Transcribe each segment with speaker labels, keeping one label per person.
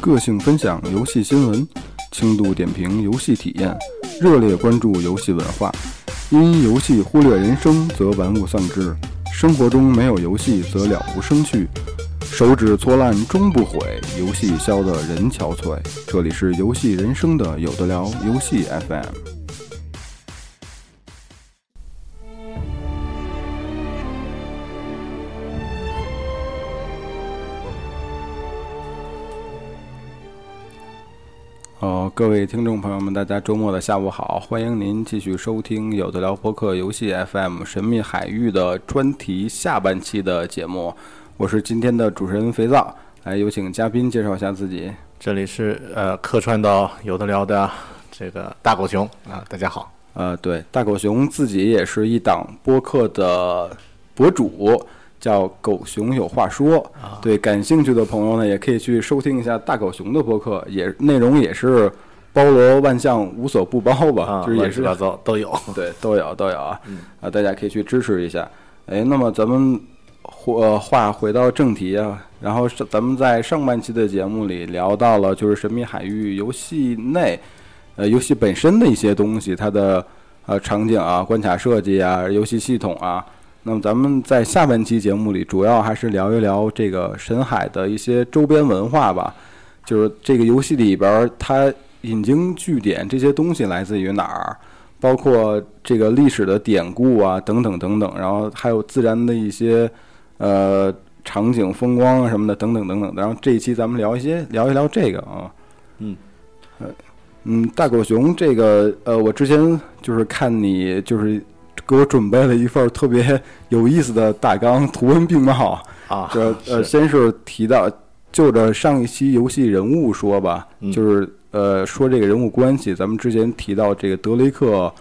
Speaker 1: 个性分享游戏新闻，轻度点评游戏体验，热烈关注游戏文化。因游戏忽略人生，则玩物丧志；生活中没有游戏，则了无生趣。手指搓烂终不悔，游戏消得人憔悴。这里是游戏人生的有的聊游戏 FM。呃，各位听众朋友们，大家周末的下午好，欢迎您继续收听有的聊播客游戏 FM 神秘海域的专题下半期的节目，我是今天的主持人肥皂，来有请嘉宾介绍一下自己。
Speaker 2: 这里是呃客串到有的聊的这个大狗熊啊、大家好。
Speaker 1: 呃，对，大狗熊自己也是一档播客的博主，叫狗熊有话说。
Speaker 2: 啊
Speaker 1: 对，感兴趣的朋友呢，也可以去收听一下大狗熊的播客，也内容也是包罗万象，无所不包吧，
Speaker 2: 啊，
Speaker 1: 就是也
Speaker 2: 乱七
Speaker 1: 是
Speaker 2: 八糟都有。
Speaker 1: 对，都有都有啊，啊，大家可以去支持一下。哎，那么咱们话、呃话回到正题啊，然后是咱们在上半期的节目里聊到了，就是《神秘海域》游戏内，呃，游戏本身的一些东西，它的呃场景啊、关卡设计啊、游戏系统啊。那么咱们在下半期节目里，主要还是聊一聊这个神海的一些周边文化吧，就是这个游戏里边儿它引经据典这些东西来自于哪儿，包括这个历史的典故啊，等等等等，然后还有自然的一些呃场景、风光啊什么的，等等等等。然后这一期咱们聊一些聊一聊这个啊，
Speaker 2: 嗯
Speaker 1: 呃，嗯，大狗熊这个呃，我之前就是看你就是给我准备了一份儿特别有意思的大纲，图文并茂。
Speaker 2: 啊，
Speaker 1: 这呃，
Speaker 2: 是
Speaker 1: 先是提到就着上一期游戏人物说吧，
Speaker 2: 嗯
Speaker 1: 就是呃说这个人物关系，咱们之前提到这个德雷克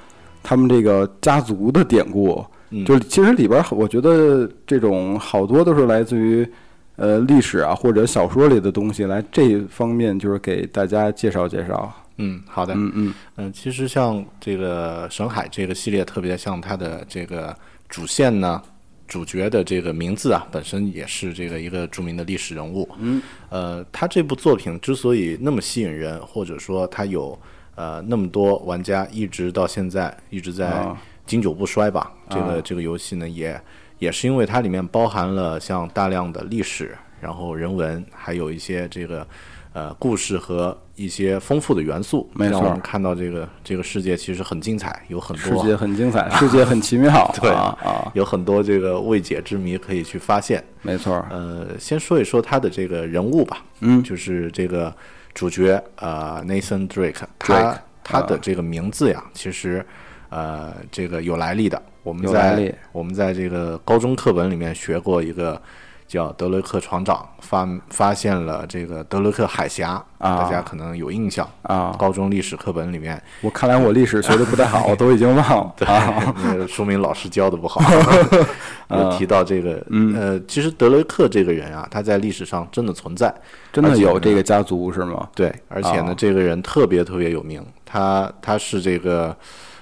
Speaker 1: 他们这个家族的典故，
Speaker 2: 嗯
Speaker 1: 就是其实里边儿我觉得这种好多都是来自于。呃，历史啊，或者小说里的东西，来这方面就是给大家介绍介绍。
Speaker 2: 嗯，好的，
Speaker 1: 嗯嗯
Speaker 2: 嗯，其实像这个沈海这个系列，特别像它的这个主线呢，主角的这个名字啊，本身也是这个一个著名的历史人物。嗯，呃，他这部作品之所以那么吸引人，或者说他有呃那么多玩家一直到现在一直在
Speaker 1: 啊
Speaker 2: 经久不衰吧，这个这个游戏呢，也也是因为它里面包含了像大量的历史，然后人文，还有一些这个呃故事和一些丰富的元素，
Speaker 1: 没
Speaker 2: 让
Speaker 1: 错
Speaker 2: 我们看到这个这个世界其实很精彩，有很
Speaker 1: 世
Speaker 2: 多
Speaker 1: 界很精彩，世界很奇妙。
Speaker 2: 对
Speaker 1: 啊啊，
Speaker 2: 有很多这个未解之谜可以去发现。
Speaker 1: 没错儿。
Speaker 2: 呃，先说一说他的这个人物吧，嗯，就是这个主角呃，Nathan Drake，他
Speaker 1: Drake，嗯
Speaker 2: 他的这个名字呀，其实呃，这个有来历的。我们
Speaker 1: 有来历
Speaker 2: 在我们在这个高中课本里面学过一个叫德雷克船长发发现了这个德雷克海峡，
Speaker 1: 啊
Speaker 2: 大家可能有印象
Speaker 1: 啊
Speaker 2: 高中历史课本里面，
Speaker 1: 我看来我历史学的不太 好，我都已经忘了。 啊，
Speaker 2: 那个说明老师教 的不好。有提到这个，
Speaker 1: 嗯
Speaker 2: 呃，其实德雷克这个人啊，他在历史上真的存在，
Speaker 1: 真的
Speaker 2: 而且
Speaker 1: 有
Speaker 2: 呢
Speaker 1: 这个家族是吗？
Speaker 2: 对，而且呢，
Speaker 1: 啊
Speaker 2: 这个人特别特别有名，他他是这个，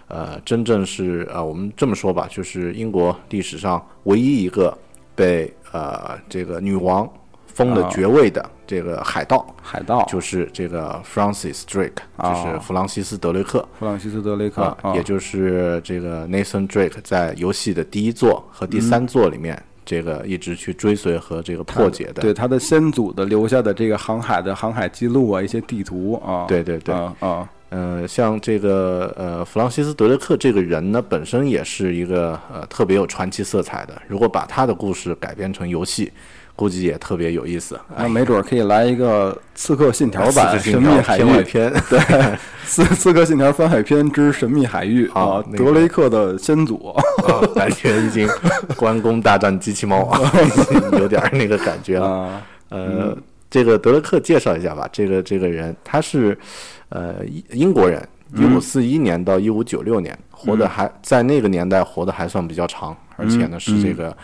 Speaker 2: 呃，真正是呃，我们这么说吧，就是英国历史上唯一一个被呃这个女王封
Speaker 1: 啊
Speaker 2: 了爵位的这个海盗，
Speaker 1: 海盗，
Speaker 2: 就是这个 Francis Drake，、就是弗朗西斯·德雷克。
Speaker 1: 弗朗西斯·德雷克
Speaker 2: 啊，，也就是这个 Nathan Drake 在游戏的第一座和第
Speaker 1: 嗯
Speaker 2: 三座里面，这个一直去追随和这个破解的，
Speaker 1: 对他的先祖的留下的这个航海的航海记录啊，一些地图啊，
Speaker 2: 对对对
Speaker 1: 啊啊，
Speaker 2: 呃，像这个呃，弗朗西斯·德雷克这个人呢，本身也是一个呃特别有传奇色彩的。如果把他的故事改编成游戏，估计也特别有意思。
Speaker 1: 那没准儿可以来一个《刺客信条》版
Speaker 2: 四
Speaker 1: 《
Speaker 2: 十
Speaker 1: 神
Speaker 2: 啊信
Speaker 1: 秘
Speaker 2: 条
Speaker 1: 海域
Speaker 2: 天》外篇，
Speaker 1: 对，《刺刺客信条》番海篇之《神秘海域》
Speaker 2: 啊
Speaker 1: 啊，
Speaker 2: 那
Speaker 1: 德
Speaker 2: 个
Speaker 1: 雷克的先 祖，
Speaker 2: 啊感觉已经关公大战机器猫，啊 已经有点儿那个感觉了。
Speaker 1: 啊，
Speaker 2: 呃，这个德雷克介绍一下吧。这个这个人，他是呃英英国人，一五四一年到一五九六年，活得还在那个年代活得还算比较长，而且呢是这个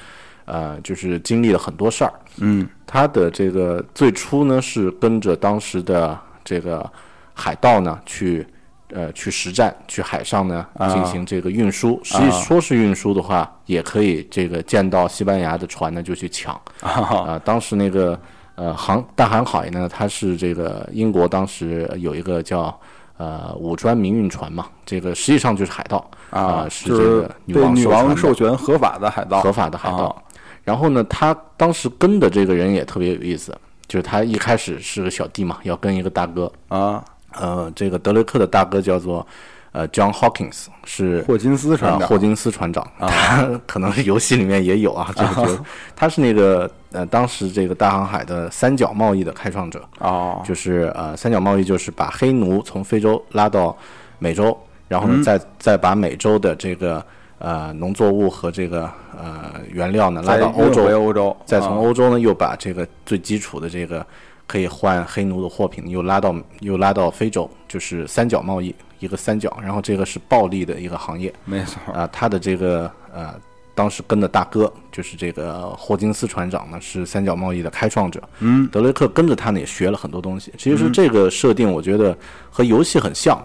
Speaker 2: 呃就是经历了很多事儿。
Speaker 1: 嗯
Speaker 2: 他的这个最初呢是跟着当时的这个海盗呢去。呃，去实战，去海上呢进行这个运输。实际说是运输的话，也可以这个见到西班牙的船呢就去抢。
Speaker 1: 啊
Speaker 2: 啊、当时那个呃，航大韩海呢，它是这个英国当时有一个叫呃五专民运船嘛，这个实际上就是海盗啊、呃是
Speaker 1: 就
Speaker 2: 这
Speaker 1: 是
Speaker 2: 个
Speaker 1: 对女王
Speaker 2: 授
Speaker 1: 授权合法的海盗，
Speaker 2: 合法的海盗
Speaker 1: 啊。
Speaker 2: 然后呢，他当时跟的这个人也特别有意思，就是他一开始是个小弟嘛，要跟一个大哥，
Speaker 1: 啊，
Speaker 2: 呃，这个德雷克的大哥叫做呃 John Hawkins，是
Speaker 1: 霍金斯船
Speaker 2: 啊，
Speaker 1: 长啊
Speaker 2: 霍金斯船长，他可能是游戏里面也有啊，这个角色他是那个呃，当时这个大航海的三角贸易的开创者，
Speaker 1: 哦，
Speaker 2: 就是呃，三角贸易就是把黑奴从非洲拉到美洲，然
Speaker 1: 嗯
Speaker 2: 后呢，再再把美洲的这个呃农作物和这个呃原料呢拉
Speaker 1: 再
Speaker 2: 到欧
Speaker 1: 运
Speaker 2: 洲
Speaker 1: 回，欧洲，
Speaker 2: 再从
Speaker 1: 啊
Speaker 2: 欧洲呢又把这个最基础的这个可以换黑奴的货品又拉到又拉到非洲，就是三角贸易一个三角，然后这个是暴利的一个行业。
Speaker 1: 没错，
Speaker 2: 啊、他的这个呃，当时跟的大哥就是这个霍金斯船长呢，是三角贸易的开创者。嗯，德雷克跟着他呢，也学了很多东西。其
Speaker 1: 嗯
Speaker 2: 实这个设定，我觉得和游戏很像，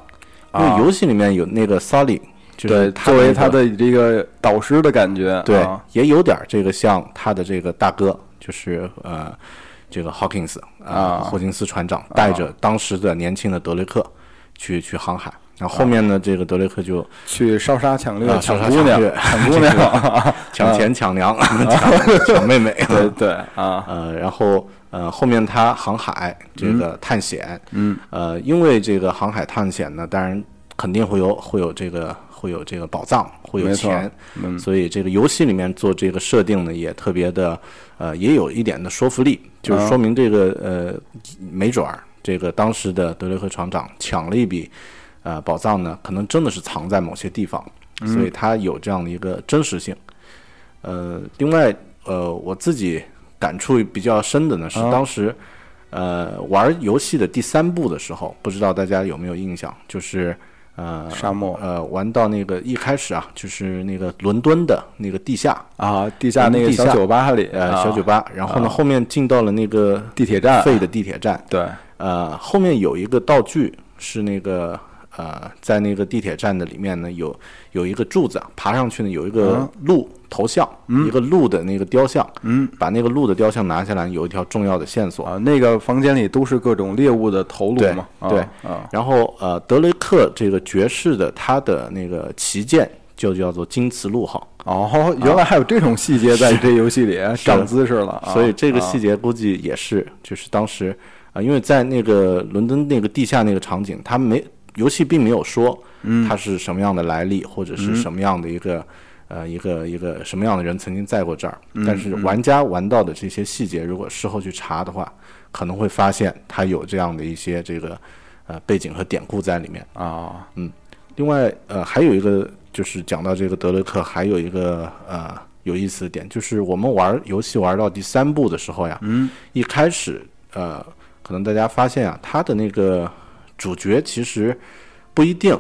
Speaker 2: 啊因为游戏里面有那个 Sully，就是
Speaker 1: 嗯对，
Speaker 2: 他
Speaker 1: 作为
Speaker 2: 那
Speaker 1: 他
Speaker 2: 个
Speaker 1: 的这个导师的感觉，
Speaker 2: 对
Speaker 1: 啊，
Speaker 2: 也有点这个像他的这个大哥，就是呃。这个 Hawkins 啊、霍金斯船长带着当时的年轻的德雷克去去航海，然后后面呢，这个德雷克就
Speaker 1: 去烧杀抢掠、
Speaker 2: 啊
Speaker 1: 抢
Speaker 2: 烧杀
Speaker 1: 姑
Speaker 2: 抢
Speaker 1: 娘、
Speaker 2: 掠
Speaker 1: 抢姑 娘，
Speaker 2: 抢钱、抢粮、 抢抢妹妹，
Speaker 1: 啊对对啊，嗯
Speaker 2: 呃，然后呃，后面他航海这个探险，嗯，呃，因为这个航海探险呢，当然肯定会有会有这个会有这个宝藏，会有
Speaker 1: 没错
Speaker 2: 钱，嗯，所以这个游戏里面做这个设定呢，也特别的呃，也有一点的说服力，
Speaker 1: 啊
Speaker 2: 就是说明这个呃，没准儿这个当时的德雷克船长抢了一笔呃宝藏呢，可能真的是藏在某些地方，
Speaker 1: 嗯
Speaker 2: 所以它有这样的一个真实性。呃，另外，呃，我自己感触比较深的呢
Speaker 1: 啊
Speaker 2: 是当时，呃，玩游戏的第三部的时候，不知道大家有没有印象，就是呃，
Speaker 1: 沙漠
Speaker 2: 呃，玩到那个一开始啊，就是那个伦敦的那个地下，
Speaker 1: 啊，地下
Speaker 2: 嗯
Speaker 1: 那个
Speaker 2: 地
Speaker 1: 小
Speaker 2: 下
Speaker 1: 酒吧里，
Speaker 2: 呃，
Speaker 1: 啊
Speaker 2: 小酒吧，然后呢，后面进到了那个
Speaker 1: 地铁站，
Speaker 2: 废的地铁站，
Speaker 1: 对，啊
Speaker 2: 呃，后面有一个道具是那个呃，在那个地铁站的里面呢，有有一个柱子啊，爬上去呢有
Speaker 1: 嗯
Speaker 2: 一个鹿头像，一个鹿的那个雕像，嗯，把那个鹿的雕像拿下来，有一条重要的线索。
Speaker 1: 啊，那个房间里都是各种猎物的头颅
Speaker 2: 对
Speaker 1: 嘛，啊
Speaker 2: 对
Speaker 1: 啊，
Speaker 2: 然后呃，德雷克这个爵士的他的那个旗舰就叫做金瓷鹿号，
Speaker 1: 哦，原来还有这种细节在这游戏里长姿势了，啊
Speaker 2: 所以这个细节估计也是，就是当时啊、因为在那个伦敦那个地下那个场景，它没游戏并没有说
Speaker 1: 嗯
Speaker 2: 它是什么样的来历，或者是什么样的一个呃一个一个什么样的人曾经在过这儿，
Speaker 1: 嗯
Speaker 2: 但是玩家玩到的这些细节，如果事后去查的话，可能会发现它有这样的一些这个呃背景和典故在里面。
Speaker 1: 啊，
Speaker 2: 另外，呃，还有一个就是讲到这个德雷克，还有一个呃有意思的点，就是我们玩游戏玩到第三部的时候呀，嗯，一开始呃，可能大家发现啊，他的那个主角其实不一定，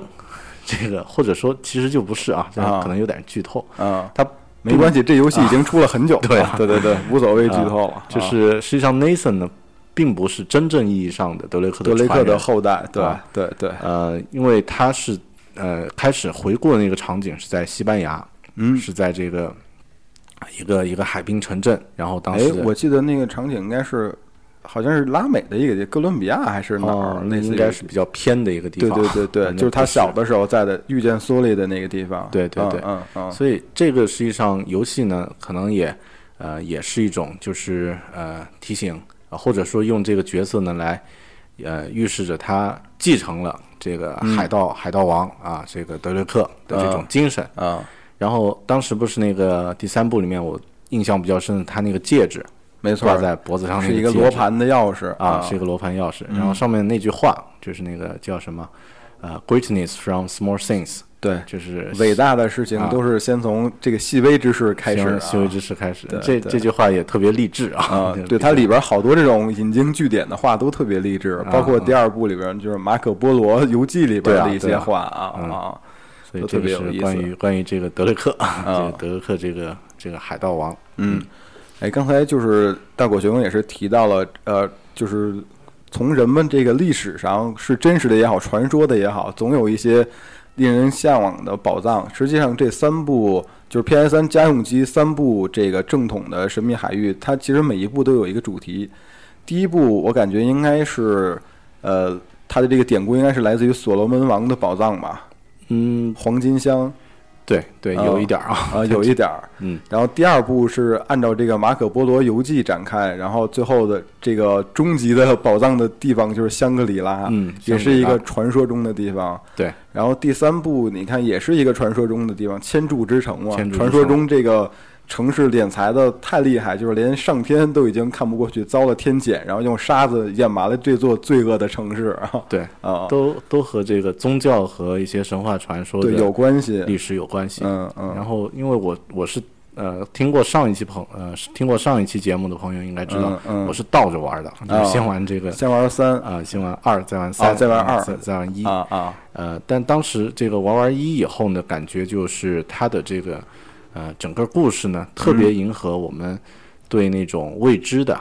Speaker 2: 这个或者说其实就不是啊，这
Speaker 1: 啊
Speaker 2: 可能有点剧透，
Speaker 1: 嗯，
Speaker 2: 他
Speaker 1: 没关系，这游戏已经出了很久了，
Speaker 2: 对啊
Speaker 1: 对对对，无所谓剧透了，
Speaker 2: 就
Speaker 1: 啊
Speaker 2: 是实际上 Nathan 呢，并不是真正意义上的德雷克的
Speaker 1: 德雷
Speaker 2: 传
Speaker 1: 克
Speaker 2: 人
Speaker 1: 的后代，对
Speaker 2: 啊
Speaker 1: 对对，
Speaker 2: 呃，因为他是呃开始回顾的那个场景是在西班牙，嗯，是在这个一个一个海滨城镇，然后当
Speaker 1: 哎
Speaker 2: 时，
Speaker 1: 我记得那个场景应该是，好像是拉美的一个地哥伦比亚还是哪
Speaker 2: 哦
Speaker 1: 儿，，
Speaker 2: 那
Speaker 1: 类似
Speaker 2: 应
Speaker 1: 于
Speaker 2: 该是比较偏的一个地
Speaker 1: 对
Speaker 2: 方，
Speaker 1: 对对对，
Speaker 2: 嗯
Speaker 1: 就是他小。
Speaker 2: 那不
Speaker 1: 的时候在的遇见苏利的那个地方，
Speaker 2: 对对
Speaker 1: 嗯
Speaker 2: 对
Speaker 1: 嗯嗯，
Speaker 2: 所以这个实际上游戏呢，可能也呃也是一种就是呃提醒、啊或者说用这个角色呢来呃预示着他继承了这个
Speaker 1: 嗯
Speaker 2: 海盗、海盗王啊这个德雷克的这种精神。
Speaker 1: 啊，
Speaker 2: 然后当时不是那个第三部里面，我印象比较深，他那个戒指
Speaker 1: 没错
Speaker 2: 挂，在脖子上那
Speaker 1: 是一
Speaker 2: 个
Speaker 1: 个
Speaker 2: 戒
Speaker 1: 罗
Speaker 2: 指
Speaker 1: 盘的钥匙嗯
Speaker 2: 啊，是一个罗盘钥匙。然后上面那句话就是那个叫什么，呃，greatness from small things，
Speaker 1: 对，
Speaker 2: 就是
Speaker 1: 伟大的事情都是先从这个细微之事开始
Speaker 2: 行
Speaker 1: 啊
Speaker 2: 啊行为知识开始
Speaker 1: 对。
Speaker 2: 这
Speaker 1: 对
Speaker 2: 这句话也特别励志啊
Speaker 1: 啊，，对，它里边好多这种引经据典的话都特别励志，包括第二部里边就是马可·波罗游记里边
Speaker 2: 啊对啊
Speaker 1: 的一
Speaker 2: 对
Speaker 1: 些
Speaker 2: 啊
Speaker 1: 话啊
Speaker 2: 所以
Speaker 1: 都
Speaker 2: 这
Speaker 1: 特
Speaker 2: 个
Speaker 1: 别有意思
Speaker 2: 是
Speaker 1: 啊
Speaker 2: 关于关于这个德雷克， 这个德雷克这个这个海盗王，嗯，
Speaker 1: 哎，刚才就是大果熊也是提到了，呃，就是从人们这个历史上是真实的也好，传说的也好，总有一些令人向往的宝藏。实际上，这三部就是 PS 三家用机三部这个正统的神秘海域，它其实每一部都有一个主题。第一部我感觉应该是，呃，它的这个典故应该是来自于所罗门王的宝藏吧，
Speaker 2: 嗯，
Speaker 1: 黄金箱
Speaker 2: 对对，
Speaker 1: 啊
Speaker 2: 有一点儿啊，
Speaker 1: 啊、有一点儿。
Speaker 2: 嗯，
Speaker 1: 然后第二部是按照这个马可波罗游记展开，然后最后的这个终极的宝藏的地方就是香格里拉，
Speaker 2: 嗯
Speaker 1: 也是一
Speaker 2: 香格
Speaker 1: 个
Speaker 2: 里
Speaker 1: 传说中的地方。
Speaker 2: 对，
Speaker 1: 然后第三部你看也是一个传说中的地方，千柱之城嘛，
Speaker 2: 千柱之
Speaker 1: 传
Speaker 2: 城
Speaker 1: 说中这个。城市敛财的太厉害，就是连上天都已经看不过去，遭了天谴，然后用沙子掩埋了这座罪恶的城市 啊
Speaker 2: 对，
Speaker 1: 啊，
Speaker 2: 都都和这个宗教和一些神话传说
Speaker 1: 对，有
Speaker 2: 的
Speaker 1: 关系，
Speaker 2: 历史有关系。
Speaker 1: 嗯嗯，
Speaker 2: 然后，因为我我是呃听过上一期朋呃是听过上一期节目的朋友应该知道，
Speaker 1: 嗯嗯
Speaker 2: 我是倒着玩的，就是先玩这个
Speaker 1: 先玩三
Speaker 2: 啊、先玩二，再玩三，
Speaker 1: 再玩二
Speaker 2: 再再玩一。
Speaker 1: 啊啊，
Speaker 2: 呃，但当时这个玩完一以后呢，感觉就是它的这个呃整个故事呢，特别迎合我们对那种未知的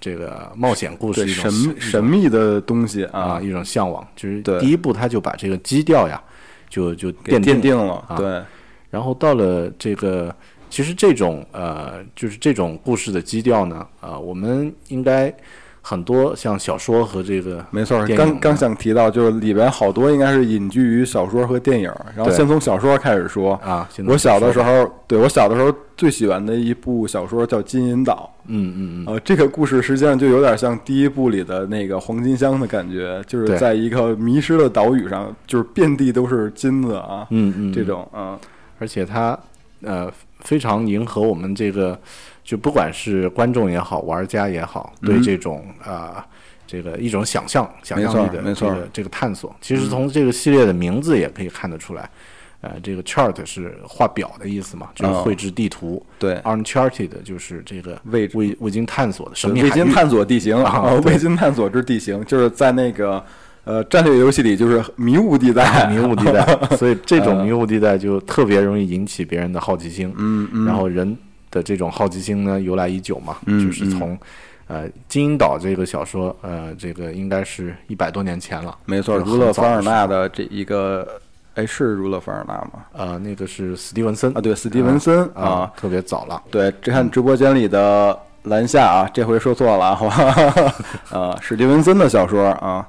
Speaker 2: 这个冒险故
Speaker 1: 对
Speaker 2: 事一种
Speaker 1: 神秘神秘的东西啊
Speaker 2: 啊，一种向往。就是
Speaker 1: 对
Speaker 2: 第一步，他就把这个基调呀，就就
Speaker 1: 给
Speaker 2: 奠
Speaker 1: 奠
Speaker 2: 定。
Speaker 1: 定了，
Speaker 2: 啊
Speaker 1: 对，
Speaker 2: 然后到了这个，其实这种呃，就是这种故事的基调呢，啊，我们应该很多像小说和这个
Speaker 1: 没错儿。
Speaker 2: 电
Speaker 1: 刚
Speaker 2: 影啊
Speaker 1: 刚
Speaker 2: 呢
Speaker 1: 想提到，就是里边好多应该是隐居于小说和电影儿，然后
Speaker 2: 对
Speaker 1: 先从小说开始说。
Speaker 2: 啊，现在
Speaker 1: 我小的时
Speaker 2: 说，
Speaker 1: 候，对我小的时候最喜欢的一部小说叫《金银岛》。
Speaker 2: 嗯嗯嗯，
Speaker 1: 呃，这个故事实际上就有点像第一部里的那个黄金箱的感觉，就是
Speaker 2: 对
Speaker 1: 在一个迷失的岛屿上，就是遍地都是金子啊，
Speaker 2: 嗯嗯，
Speaker 1: 这种啊，
Speaker 2: 而且它呃非常迎合我们这个，就不管是观众也好，玩家也好，
Speaker 1: 嗯
Speaker 2: 对这种啊、这个一种想象、想象力的
Speaker 1: 没
Speaker 2: 这
Speaker 1: 错嗯
Speaker 2: 个这个探索，其实从这个系列的名字也可以看得出来，呃，这个 chart 是画表的意思嘛，就是
Speaker 1: 哦
Speaker 2: 绘制地图、
Speaker 1: 对，
Speaker 2: u n c h a r t e d 就是这个
Speaker 1: 位置
Speaker 2: 未未经探索的神秘
Speaker 1: 未
Speaker 2: 海
Speaker 1: 经
Speaker 2: 域。
Speaker 1: 探索地形
Speaker 2: 啊
Speaker 1: 呃
Speaker 2: 对
Speaker 1: 未经探索之地形，就是在那个呃战略游戏里就是迷雾地带，
Speaker 2: 啊迷雾地带， 所以这种迷雾地带就特别容易引起别人的好奇心。
Speaker 1: 嗯嗯，
Speaker 2: 然后人的这种好奇心呢，由来已久嘛，
Speaker 1: 嗯
Speaker 2: 就是从呃《金银岛》这个小说，呃，这个应该是一百多年前了，
Speaker 1: 没错，
Speaker 2: 就是
Speaker 1: 儒
Speaker 2: 很
Speaker 1: 勒
Speaker 2: 早
Speaker 1: 凡
Speaker 2: 的
Speaker 1: 尔
Speaker 2: 时
Speaker 1: 纳的这一个，哎，是儒勒凡尔纳吗？
Speaker 2: 呃，那个是史蒂文森
Speaker 1: 啊，对，斯蒂文森
Speaker 2: 啊、
Speaker 1: 啊，
Speaker 2: 特别早了，
Speaker 1: 对，这看直播间里的蓝夏啊，这回说错了啊，好 吧，呃，史蒂文森的小说啊，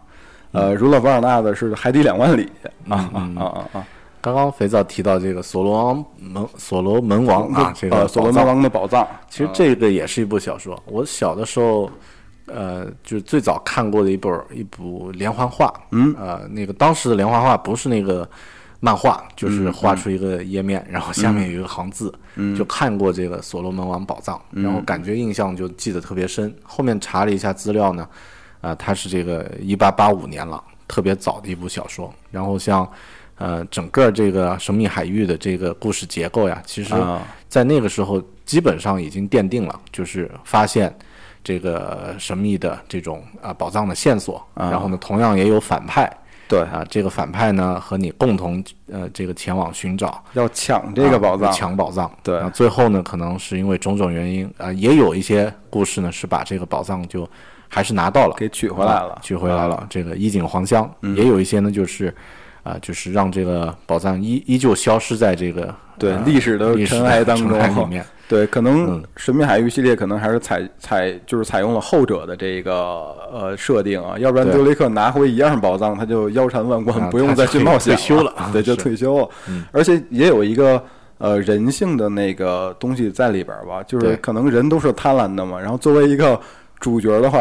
Speaker 2: 嗯
Speaker 1: 呃，儒勒凡尔纳的是《海底两万里》啊啊啊啊啊，
Speaker 2: 刚刚肥皂提到这个所罗门所罗门王啊，这
Speaker 1: 呃
Speaker 2: 个
Speaker 1: 所
Speaker 2: 宝
Speaker 1: 罗门
Speaker 2: 藏
Speaker 1: 王的宝藏，
Speaker 2: 其实这个也是一部小说。我小的时候，呃，就是最早看过的一本一部连环画，嗯，呃，那个当时的连环画不是那个漫画，就是画出一个页面，然后下面有一个行字，嗯，就看过这个《所罗门王宝藏》然后感觉印象就记得特别深。后面查了一下资料呢，啊、它是这个一八八五年了，特别早的一部小说。然后像。呃，整个这个神秘海域的这个故事结构呀，其实
Speaker 1: 啊
Speaker 2: 在那个时候基本上已经奠定了，就是发现这个神秘的这种啊、宝藏的线索。然后呢，同样也有反派
Speaker 1: 啊对，
Speaker 2: 啊、这个反派呢和你共同呃这个前往寻找
Speaker 1: 要抢这个
Speaker 2: 啊
Speaker 1: 宝藏，
Speaker 2: 抢宝藏。
Speaker 1: 对
Speaker 2: 啊最后呢，可能是因为种种原因啊、也有一些故事呢是把这个宝藏就还是拿到了，
Speaker 1: 给取回来了嗯
Speaker 2: 啊取回来了。这个衣锦还乡，也有一些呢就是啊、就是让这个宝藏依依旧消失在这个
Speaker 1: 对
Speaker 2: 呃
Speaker 1: 历史的
Speaker 2: 历史
Speaker 1: 尘埃当
Speaker 2: 尘埃里
Speaker 1: 中啊
Speaker 2: 面。 嗯
Speaker 1: 对，可能《神秘海域》系列可能还是采采就是采用了后者的这个呃设定啊，要不然
Speaker 2: 对
Speaker 1: 德雷克拿回一样宝藏，他就腰缠万贯，
Speaker 2: 啊
Speaker 1: 不用
Speaker 2: 他
Speaker 1: 再
Speaker 2: 就
Speaker 1: 去
Speaker 2: 退
Speaker 1: 冒险
Speaker 2: 退休了 嗯
Speaker 1: 对，就是退休了。而且也有一个呃人性的那个东西在里边儿吧，就是
Speaker 2: 对
Speaker 1: 可能人都是贪婪的嘛，然后作为一个主角的话，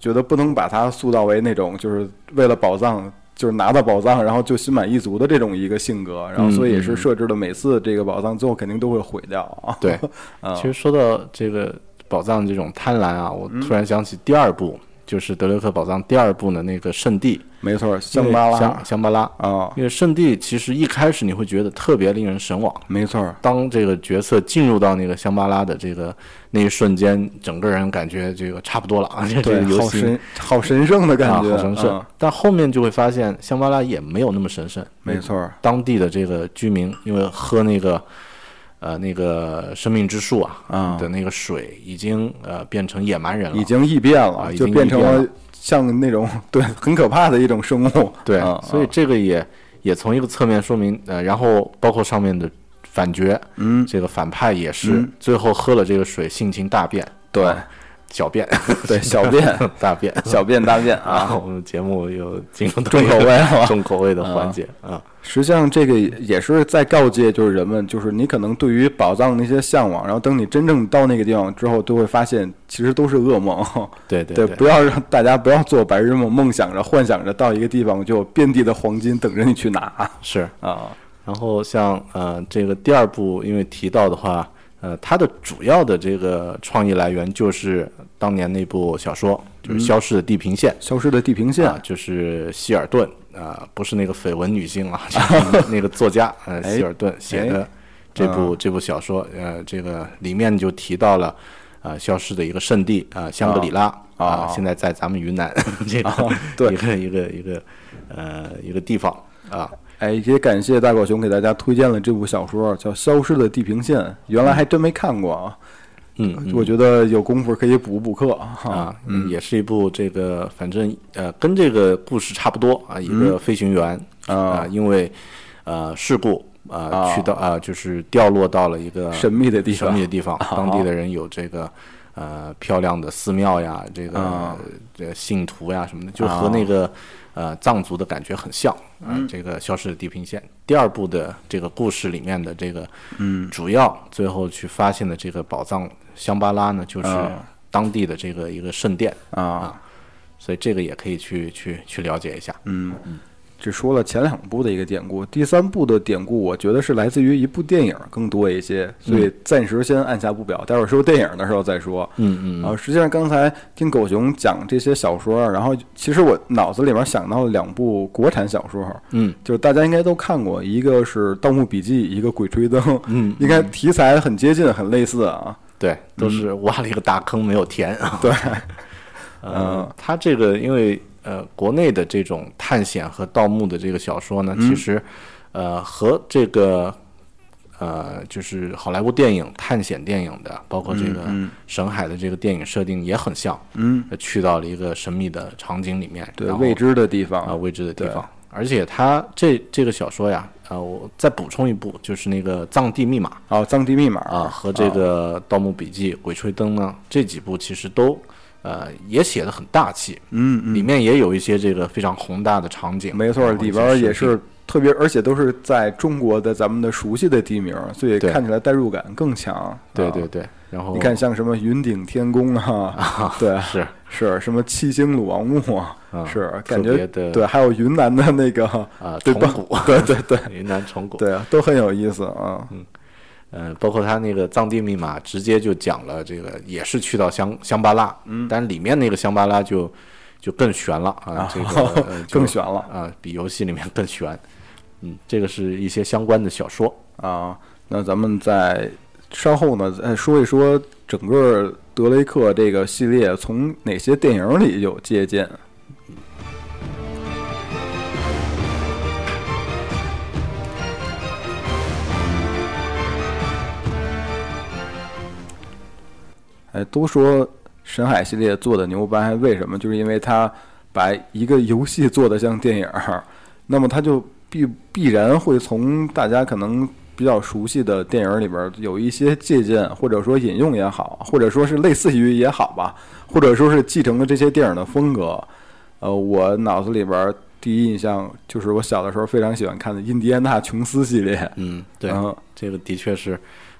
Speaker 1: 觉得不能把他塑造为那种就是为了宝藏。就是拿到宝藏，然后就心满意足的这种一个性格，然后所以
Speaker 2: 嗯
Speaker 1: 也是设置了每次这个宝藏最后肯定都会毁掉啊。
Speaker 2: 对，
Speaker 1: 啊
Speaker 2: 其实说到这个宝藏这种贪婪啊，我
Speaker 1: 嗯
Speaker 2: 突然想起第二部，就是德雷克宝藏第二部的那个圣地
Speaker 1: 没错，香巴拉
Speaker 2: 香香巴拉。
Speaker 1: 啊，
Speaker 2: 因为圣地其实一开始你会觉得特别令人神往，
Speaker 1: 没错，
Speaker 2: 当这个角色进入到那个香巴拉的这个那一瞬间，整个人感觉这个差不多了啊， 这
Speaker 1: 对
Speaker 2: 这个，游
Speaker 1: 好
Speaker 2: 戏
Speaker 1: 神，好神圣的
Speaker 2: 啊，
Speaker 1: 感觉，
Speaker 2: 好神圣
Speaker 1: 啊。
Speaker 2: 但后面就会发现香巴拉也没有那么神圣，
Speaker 1: 没错，
Speaker 2: 当地的这个居民因为喝那个呃那个生命之树啊、
Speaker 1: 啊
Speaker 2: 的那个水，已经呃变成野蛮人了，
Speaker 1: 已经异变
Speaker 2: 啊
Speaker 1: 了，
Speaker 2: 已
Speaker 1: 就
Speaker 2: 经
Speaker 1: 变成
Speaker 2: 异变
Speaker 1: 了像那种 对很可怕的一种生物，
Speaker 2: 对，
Speaker 1: 啊
Speaker 2: 所以这个也也从一个侧面说明，呃，然后包括上面的反角，
Speaker 1: 嗯，
Speaker 2: 这个反派也是最后喝了这个水，性情大变，
Speaker 1: 对
Speaker 2: 啊小 便，
Speaker 1: 对，小便、
Speaker 2: 大便，
Speaker 1: 小便、大便啊，
Speaker 2: 啊，我们节目又进入到
Speaker 1: 重
Speaker 2: 一
Speaker 1: 口
Speaker 2: 个
Speaker 1: 味了吧？
Speaker 2: 重口味的环节啊，
Speaker 1: 实际上，这个也也是在告诫，就是人们，就是你可能对于宝藏那些向往，然后等你真正到那个地方之后，都会发现其实都是噩梦。
Speaker 2: 对对对，
Speaker 1: 不要让大家不要做白日梦，梦想着、幻想着到一个地方就遍地的黄金等着你去拿
Speaker 2: 是。
Speaker 1: 啊。
Speaker 2: 然后像呃这个第二部，因为提到的话，呃，它的主要的这个创意来源就是当年那部小说，就是《消失的地平线》
Speaker 1: 消失的地平线
Speaker 2: 啊，，就是希尔顿啊、不是那个绯闻女性啊， 就是那个作家呃
Speaker 1: 哎啊
Speaker 2: 希尔顿写的这部、这部小说，呃，这个里面就提到了。啊、消失的一个圣地啊、香格里拉啊、
Speaker 1: 啊哦
Speaker 2: 现在在咱们云 南这个、
Speaker 1: 对
Speaker 2: 一个一个一个呃一个地方啊，
Speaker 1: 哎，也感谢大狗熊给大家推荐了这部小说，叫《消失的地平线》，原来还真没看过啊。
Speaker 2: 嗯，
Speaker 1: 我觉得有功夫可以补补课哈。
Speaker 2: 啊，嗯，也是一部这个，反正呃，跟这个故事差不多啊，一
Speaker 1: 嗯
Speaker 2: 个飞行员啊、因为呃事故啊、
Speaker 1: 啊
Speaker 2: 去到啊、就是掉落到了一个
Speaker 1: 神秘的地方啊
Speaker 2: 神秘的地方，当地的人有这个呃漂亮的寺庙呀，这个、
Speaker 1: 啊
Speaker 2: 这个信徒呀什么的，就和那个、呃藏族的感觉很像啊、
Speaker 1: 嗯
Speaker 2: 这个消失的地平线第二部的这个故事里面的这个嗯主要最后去发现的这个宝藏香巴拉呢，就是当地的这个一个圣殿，
Speaker 1: 啊，
Speaker 2: 所以这个也可以去去去了解一下。
Speaker 1: 嗯只说了前两部的一个典故，第三部的典故我觉得是来自于一部电影更多一些，所以暂时先按下不表，待会儿说电影的时候再说。
Speaker 2: 嗯嗯，
Speaker 1: 啊，实际上刚才听狗熊讲这些小说啊，然后其实我脑子里面想到了两部国产小说，
Speaker 2: 嗯，
Speaker 1: 就是大家应该都看过，一个是《盗墓笔记》，一个《鬼吹灯》，嗯， 应该题材很接近，很类似啊。
Speaker 2: 对，都是挖了一个大坑没有填 啊。
Speaker 1: 对，嗯
Speaker 2: 呃，它这个因为呃，国内的这种探险和盗墓的这个小说呢，
Speaker 1: 嗯
Speaker 2: 其实呃和这个呃就是好莱坞电影探险电影的，包括这个
Speaker 1: 嗯
Speaker 2: 沈海的这个电影设定也很像，嗯，去到了一个神秘的场景里面，
Speaker 1: 对，
Speaker 2: 然后
Speaker 1: 未知的地方
Speaker 2: 啊、未知的地方。而且它这这个小说呀，啊、我再补充一部，就是那个《藏地密码》。
Speaker 1: 啊，藏地密码
Speaker 2: 啊，和这个《盗墓笔记》《鬼吹灯》呢，这几部其实都呃也写的很大气，嗯里面也有一些这个非常宏大的场景，啊
Speaker 1: 没错，
Speaker 2: 然后
Speaker 1: 里
Speaker 2: 一些
Speaker 1: 边儿也
Speaker 2: 设定
Speaker 1: 是特别，而且都是在中国的咱们的熟悉的地名，所以
Speaker 2: 对
Speaker 1: 看起来代入感更强。
Speaker 2: 对
Speaker 1: 啊
Speaker 2: 对对，然后
Speaker 1: 你看像什么云顶天宫啊，对，
Speaker 2: 是
Speaker 1: 是什么七星鲁王墓啊，
Speaker 2: 啊
Speaker 1: 是
Speaker 2: 特
Speaker 1: 感觉
Speaker 2: 别的
Speaker 1: 对，还有云南的那个
Speaker 2: 啊
Speaker 1: 对
Speaker 2: 虫
Speaker 1: 吧
Speaker 2: 谷，
Speaker 1: 对对对
Speaker 2: 云南虫谷，
Speaker 1: 对啊，都很有意思啊。
Speaker 2: 呃，包括他那个《藏地密码》，直接就讲了这个，也是去到香香巴拉，嗯，但里面那个香巴拉就就更悬了啊，这 个、呃、就
Speaker 1: 更悬了
Speaker 2: 啊，比游戏里面更悬，嗯，这个是一些相关的小说，
Speaker 1: 啊，那咱们在稍后呢，再说一说整个德雷克这个系列从哪些电影里有借鉴。哎，都说神海系列做的牛掰，为什么？就是因为它把一个游戏做的像电影儿，那么它就必必然会从大家可能比较熟悉的电影里边儿有一些借鉴，或者说引用也好，或者说是类似于也好吧，或者说是继承了这些电影的风格。呃，我脑子里边儿第一印象就是我小的时候非常喜欢看的《印第安纳琼斯》系列。
Speaker 2: 嗯，对，
Speaker 1: 嗯
Speaker 2: 这个的确是，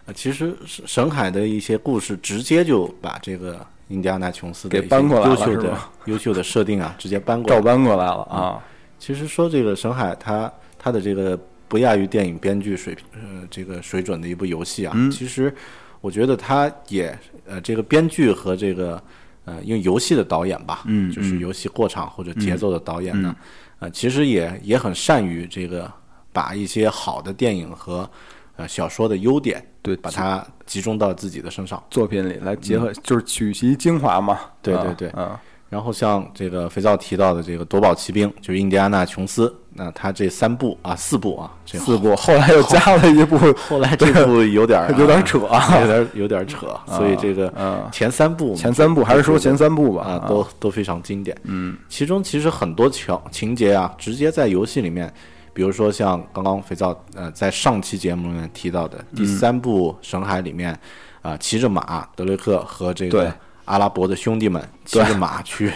Speaker 2: 呃，其实沈沈海的一些故事直接就把这个印第安纳琼斯的
Speaker 1: 给
Speaker 2: 一些
Speaker 1: 搬过来
Speaker 2: 优
Speaker 1: 了
Speaker 2: 秀
Speaker 1: 是
Speaker 2: 的
Speaker 1: 吗
Speaker 2: 优秀的设定啊，直接搬过
Speaker 1: 照
Speaker 2: 来。
Speaker 1: 搬过来了啊！
Speaker 2: 其实说这个沈海他他的这个不亚于电影编剧水平呃这个水准的一部游戏啊，
Speaker 1: 嗯
Speaker 2: 其实我觉得他也呃这个编剧和这个呃用游戏的导演吧，
Speaker 1: 嗯
Speaker 2: 就是游戏过场或者节奏的导演呢，呃其实也也很善于这个把一些好的电影和呃小说的优点，
Speaker 1: 对
Speaker 2: 把它集中到自己的身上。
Speaker 1: 作品里来结合，就是取其精华嘛。
Speaker 2: 嗯对
Speaker 1: 啊
Speaker 2: 对对
Speaker 1: 嗯，
Speaker 2: 然后像这个肥皂提到的这个夺宝奇兵，就是印第安纳琼斯，那他这三部啊，四部啊，这
Speaker 1: 四部，后来又加了一部，
Speaker 2: 后来这部 有点儿
Speaker 1: 有点扯
Speaker 2: 啊，有点儿有点儿扯，所以这个
Speaker 1: 嗯
Speaker 2: 前三部
Speaker 1: 前三部还是说前三部吧？
Speaker 2: 啊，都都非常经典。嗯，其中其实很多桥情节啊，直接在游戏里面，比如说像刚刚肥皂呃在上期节目里嗯面提到的第三部《神海》里面，啊、骑着马德雷克和这
Speaker 1: 对
Speaker 2: 个阿拉伯的兄弟们骑着马 去